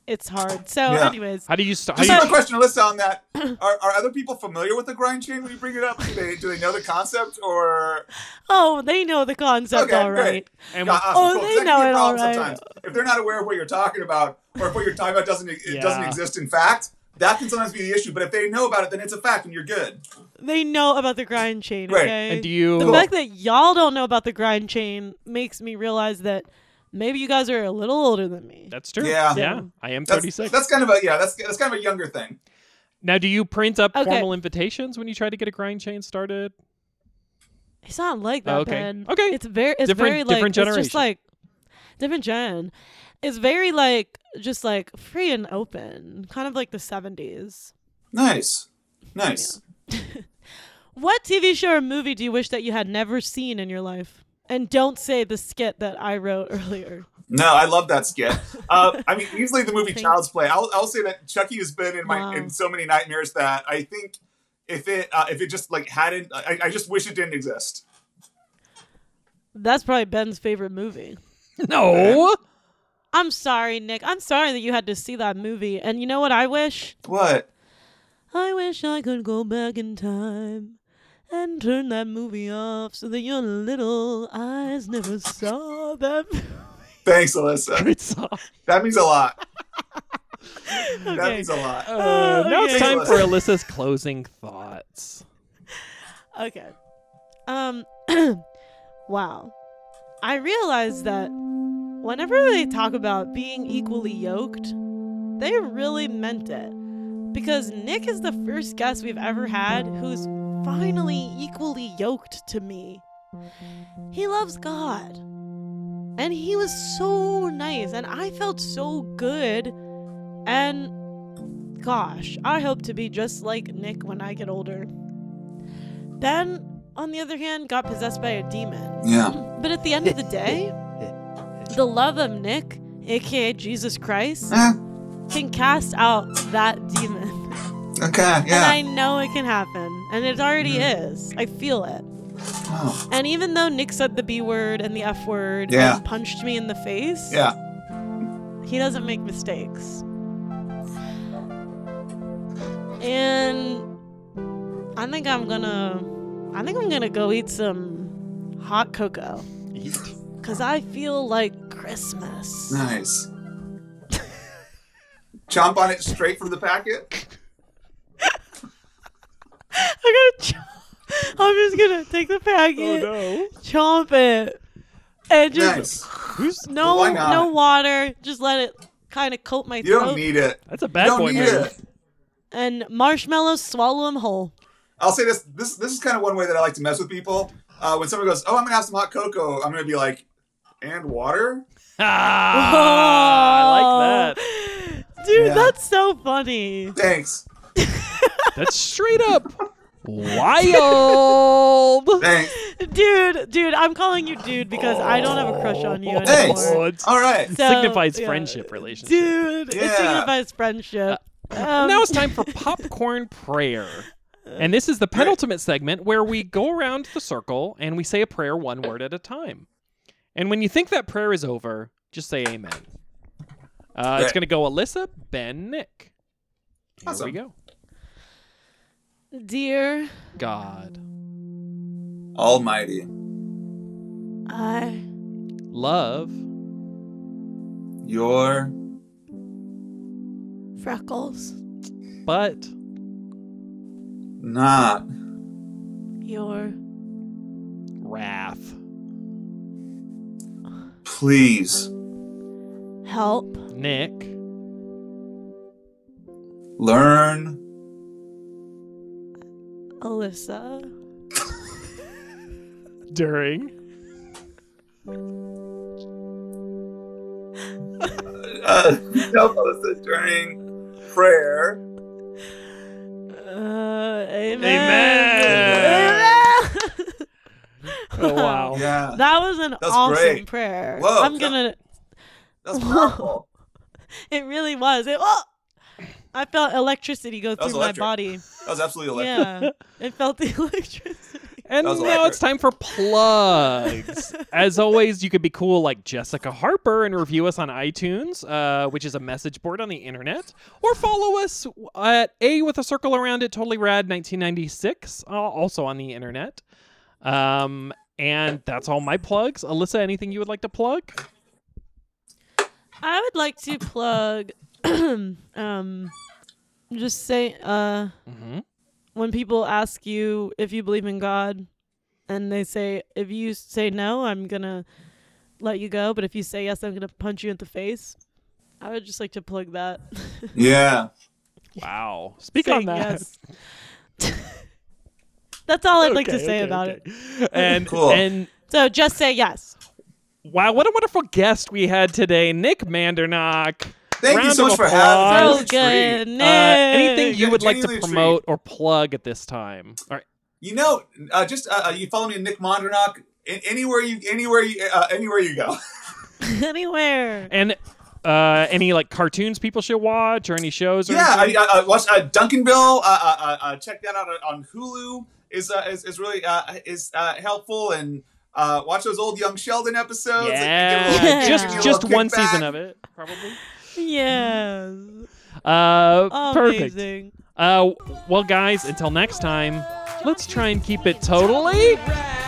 [SPEAKER 1] it's hard. So,
[SPEAKER 3] Yeah.
[SPEAKER 1] anyways,
[SPEAKER 2] How do you start?
[SPEAKER 3] Just
[SPEAKER 2] How
[SPEAKER 3] have
[SPEAKER 2] do
[SPEAKER 3] a
[SPEAKER 2] you,
[SPEAKER 3] question, Alyssa, on that. Are, are other people familiar with the grind chain when you bring it up? Do they do they know the concept or?
[SPEAKER 1] oh, they know the concept,
[SPEAKER 3] Okay,
[SPEAKER 1] all
[SPEAKER 3] great.
[SPEAKER 1] right.
[SPEAKER 2] and-
[SPEAKER 3] Yeah,
[SPEAKER 1] Oh,
[SPEAKER 3] awesome, cool.
[SPEAKER 1] they
[SPEAKER 3] 'Cause that can
[SPEAKER 1] know
[SPEAKER 3] be a
[SPEAKER 1] it
[SPEAKER 3] problem
[SPEAKER 1] all right.
[SPEAKER 3] Sometimes if they're not aware of what you're talking about or if what you're talking about doesn't it doesn't
[SPEAKER 2] Yeah.
[SPEAKER 3] exist in fact, that can sometimes be the issue. But if they know about it, then it's a fact, and you're good.
[SPEAKER 1] They know about the grind chain.
[SPEAKER 3] Right.
[SPEAKER 1] Okay.
[SPEAKER 2] and do you?
[SPEAKER 1] the fact that y'all don't know about the grind chain makes me realize that maybe you guys are a little older than me.
[SPEAKER 2] That's true.
[SPEAKER 3] Yeah.
[SPEAKER 2] yeah. I am
[SPEAKER 3] That's,
[SPEAKER 2] 36.
[SPEAKER 3] that's kind of a yeah. That's that's kind of a younger thing.
[SPEAKER 2] Now, do you print up
[SPEAKER 1] Okay.
[SPEAKER 2] formal invitations when you try to get a grind chain started?
[SPEAKER 1] It's not like that,
[SPEAKER 2] Oh, Okay.
[SPEAKER 1] Ben.
[SPEAKER 2] Okay.
[SPEAKER 1] It's very it's
[SPEAKER 2] Different-
[SPEAKER 1] very like
[SPEAKER 2] different
[SPEAKER 1] it's just
[SPEAKER 2] generation.
[SPEAKER 1] like different gen. It's very like just like free and open, kind of like the 70s.
[SPEAKER 3] Nice, nice.
[SPEAKER 1] What TV show or movie do you wish that you had never seen in your life? And don't say the skit that I wrote earlier.
[SPEAKER 3] No, I love that skit. Uh, I mean, easily the movie
[SPEAKER 1] Thank-
[SPEAKER 3] Child's Play. I'll, I'll say that Chucky has been in my
[SPEAKER 1] Wow.
[SPEAKER 3] in so many nightmares that I think if it uh, if it just like hadn't, I, I just wish it didn't exist.
[SPEAKER 1] That's probably Ben's favorite movie.
[SPEAKER 2] No.
[SPEAKER 1] I'm sorry, Nick. I'm sorry that you had to see that movie. And you know what I wish?
[SPEAKER 3] What?
[SPEAKER 1] I wish I could go back in time and turn that movie off so that your little eyes never saw that.
[SPEAKER 3] Thanks, Alyssa.
[SPEAKER 2] Great song.
[SPEAKER 3] That means a lot. That
[SPEAKER 1] okay. Oh.
[SPEAKER 3] means a lot.
[SPEAKER 2] Uh, now it's
[SPEAKER 1] okay.
[SPEAKER 2] time for Alyssa's closing thoughts.
[SPEAKER 1] Okay. Um wow. I realized that whenever they talk about being equally yoked, they really meant it. Because Nick is the first guest we've ever had who's finally equally yoked to me. He loves God. And he was so nice, and I felt so good. And gosh, I hope to be just like Nick when I get older. Ben, on the other hand, got possessed by a demon.
[SPEAKER 3] Yeah.
[SPEAKER 1] But at the end of the day, the love of Nick, aka Jesus Christ,
[SPEAKER 3] Eh,
[SPEAKER 1] can cast out that demon.
[SPEAKER 3] okay.
[SPEAKER 1] And I know it can happen. And it already
[SPEAKER 3] Mm-hmm.
[SPEAKER 1] is. I feel it.
[SPEAKER 3] Oh,
[SPEAKER 1] And even though Nick said the B word and the F word
[SPEAKER 3] Yeah.
[SPEAKER 1] and punched me in the face,
[SPEAKER 3] yeah.
[SPEAKER 1] he doesn't make mistakes. And I think I'm gonna I think I'm gonna go eat some hot cocoa.
[SPEAKER 2] Eat.
[SPEAKER 1] Cause I feel like Christmas.
[SPEAKER 3] Nice. Chomp on it straight from the packet.
[SPEAKER 1] I gotta chomp. I'm just gonna take the packet,
[SPEAKER 2] Oh, no.
[SPEAKER 1] chomp it, and just
[SPEAKER 3] Nice.
[SPEAKER 2] Who's
[SPEAKER 1] no
[SPEAKER 3] Why not?
[SPEAKER 1] no water. Just let it kind of coat my
[SPEAKER 3] You
[SPEAKER 1] throat.
[SPEAKER 3] don't need it.
[SPEAKER 2] That's a
[SPEAKER 3] You
[SPEAKER 2] bad boy
[SPEAKER 3] don't need
[SPEAKER 2] move.
[SPEAKER 3] it.
[SPEAKER 1] and marshmallows, swallow them whole.
[SPEAKER 3] I'll say this. This this is kind of one way that I like to mess with people. Uh, when someone goes, "Oh, I'm gonna have some hot cocoa," I'm gonna be like, "And water?"
[SPEAKER 2] Ah, I like that.
[SPEAKER 1] Oh. dude.
[SPEAKER 3] Yeah.
[SPEAKER 1] That's so funny.
[SPEAKER 3] Thanks,
[SPEAKER 2] That's straight up wild.
[SPEAKER 3] thanks.
[SPEAKER 1] Dude, dude, I'm calling you dude because I don't have a crush on you
[SPEAKER 3] Thanks.
[SPEAKER 1] anymore.
[SPEAKER 2] It
[SPEAKER 3] All right.
[SPEAKER 1] So,
[SPEAKER 2] signifies
[SPEAKER 1] yeah.
[SPEAKER 2] friendship relationship.
[SPEAKER 1] Dude, it
[SPEAKER 3] Yeah.
[SPEAKER 1] signifies friendship. Um,
[SPEAKER 2] And now it's time for popcorn prayer. And this is the penultimate segment where we go around the circle and we say a prayer one word at a time. And when you think that prayer is over, just say amen. Uh, It's
[SPEAKER 3] Right.
[SPEAKER 2] going to go Alyssa, Ben, Nick. Here
[SPEAKER 3] Awesome.
[SPEAKER 2] we go.
[SPEAKER 1] dear,
[SPEAKER 2] God
[SPEAKER 3] Almighty,
[SPEAKER 1] I
[SPEAKER 2] love
[SPEAKER 3] your
[SPEAKER 1] freckles,
[SPEAKER 2] but
[SPEAKER 3] not
[SPEAKER 1] your
[SPEAKER 2] wrath.
[SPEAKER 3] please
[SPEAKER 1] help,
[SPEAKER 2] Nick
[SPEAKER 3] learn
[SPEAKER 1] Alyssa.
[SPEAKER 2] during
[SPEAKER 3] uh, help us during prayer.
[SPEAKER 1] Uh, amen.
[SPEAKER 2] Amen.
[SPEAKER 1] Amen.
[SPEAKER 2] Oh wow.
[SPEAKER 3] Yeah,
[SPEAKER 1] That was an
[SPEAKER 3] That's
[SPEAKER 1] awesome
[SPEAKER 3] great.
[SPEAKER 1] prayer.
[SPEAKER 3] Whoa,
[SPEAKER 1] I'm
[SPEAKER 3] that-
[SPEAKER 1] gonna.
[SPEAKER 3] that's powerful.
[SPEAKER 1] It really was. It. Oh! I felt electricity go
[SPEAKER 3] was
[SPEAKER 1] through my
[SPEAKER 3] electric.
[SPEAKER 1] body.
[SPEAKER 3] That was absolutely electric.
[SPEAKER 1] Yeah, it felt the electricity.
[SPEAKER 2] And
[SPEAKER 3] That was
[SPEAKER 2] now
[SPEAKER 3] electric.
[SPEAKER 2] it's time for plugs. As always, you could be cool like Jessica Harper and review us on iTunes, uh, which is a message board on the internet, or follow us at A with a circle around it, totally rad 1996, uh, also on the internet. Um, and that's all my plugs. Alyssa, anything you would like to plug?
[SPEAKER 1] I would like to plug. um, just say. Uh,
[SPEAKER 2] Mm-hmm.
[SPEAKER 1] when people ask you if you believe in God and they say, if you say no, I'm going to let you go. But if you say yes, I'm going to punch you in the face. I would just like to plug that.
[SPEAKER 3] Yeah.
[SPEAKER 2] Wow. Speak
[SPEAKER 1] Saying
[SPEAKER 2] on that.
[SPEAKER 1] yes. That's all I'd like to
[SPEAKER 2] Okay,
[SPEAKER 1] say
[SPEAKER 2] okay,
[SPEAKER 1] about
[SPEAKER 2] okay.
[SPEAKER 1] it.
[SPEAKER 2] And
[SPEAKER 3] Cool.
[SPEAKER 2] and
[SPEAKER 1] So just say yes.
[SPEAKER 2] wow, what a wonderful guest we had today, Nick Mandernock.
[SPEAKER 3] Thank you
[SPEAKER 2] Round
[SPEAKER 3] so
[SPEAKER 2] of
[SPEAKER 3] much for
[SPEAKER 2] applause.
[SPEAKER 1] So
[SPEAKER 3] having me. It was a treat.
[SPEAKER 1] good. Nick.
[SPEAKER 2] Uh, anything you
[SPEAKER 3] Yeah,
[SPEAKER 2] would like to
[SPEAKER 3] genuinely a
[SPEAKER 2] promote or plug at this time? All right.
[SPEAKER 3] You know, uh, just uh, uh, you follow me at Nick Mondrenock, in, anywhere you anywhere you uh, anywhere you go.
[SPEAKER 1] Anywhere.
[SPEAKER 2] And uh, any like cartoons people should watch or any shows? Or
[SPEAKER 3] yeah, I,
[SPEAKER 2] anything?
[SPEAKER 3] I, I watched uh, Duncanville. Uh, uh, uh, uh, check that out on- on Hulu. Is uh, is, is really uh, is uh, helpful and uh, watch those old Young Sheldon episodes.
[SPEAKER 2] yeah.
[SPEAKER 1] give a little- give a
[SPEAKER 2] just just
[SPEAKER 3] little
[SPEAKER 2] one
[SPEAKER 3] kickback.
[SPEAKER 2] season of it, probably.
[SPEAKER 1] Yes.
[SPEAKER 2] Uh, perfect.
[SPEAKER 1] Amazing.
[SPEAKER 2] Uh, well, guys, until next time, let's try and keep it totally.
[SPEAKER 1] Right.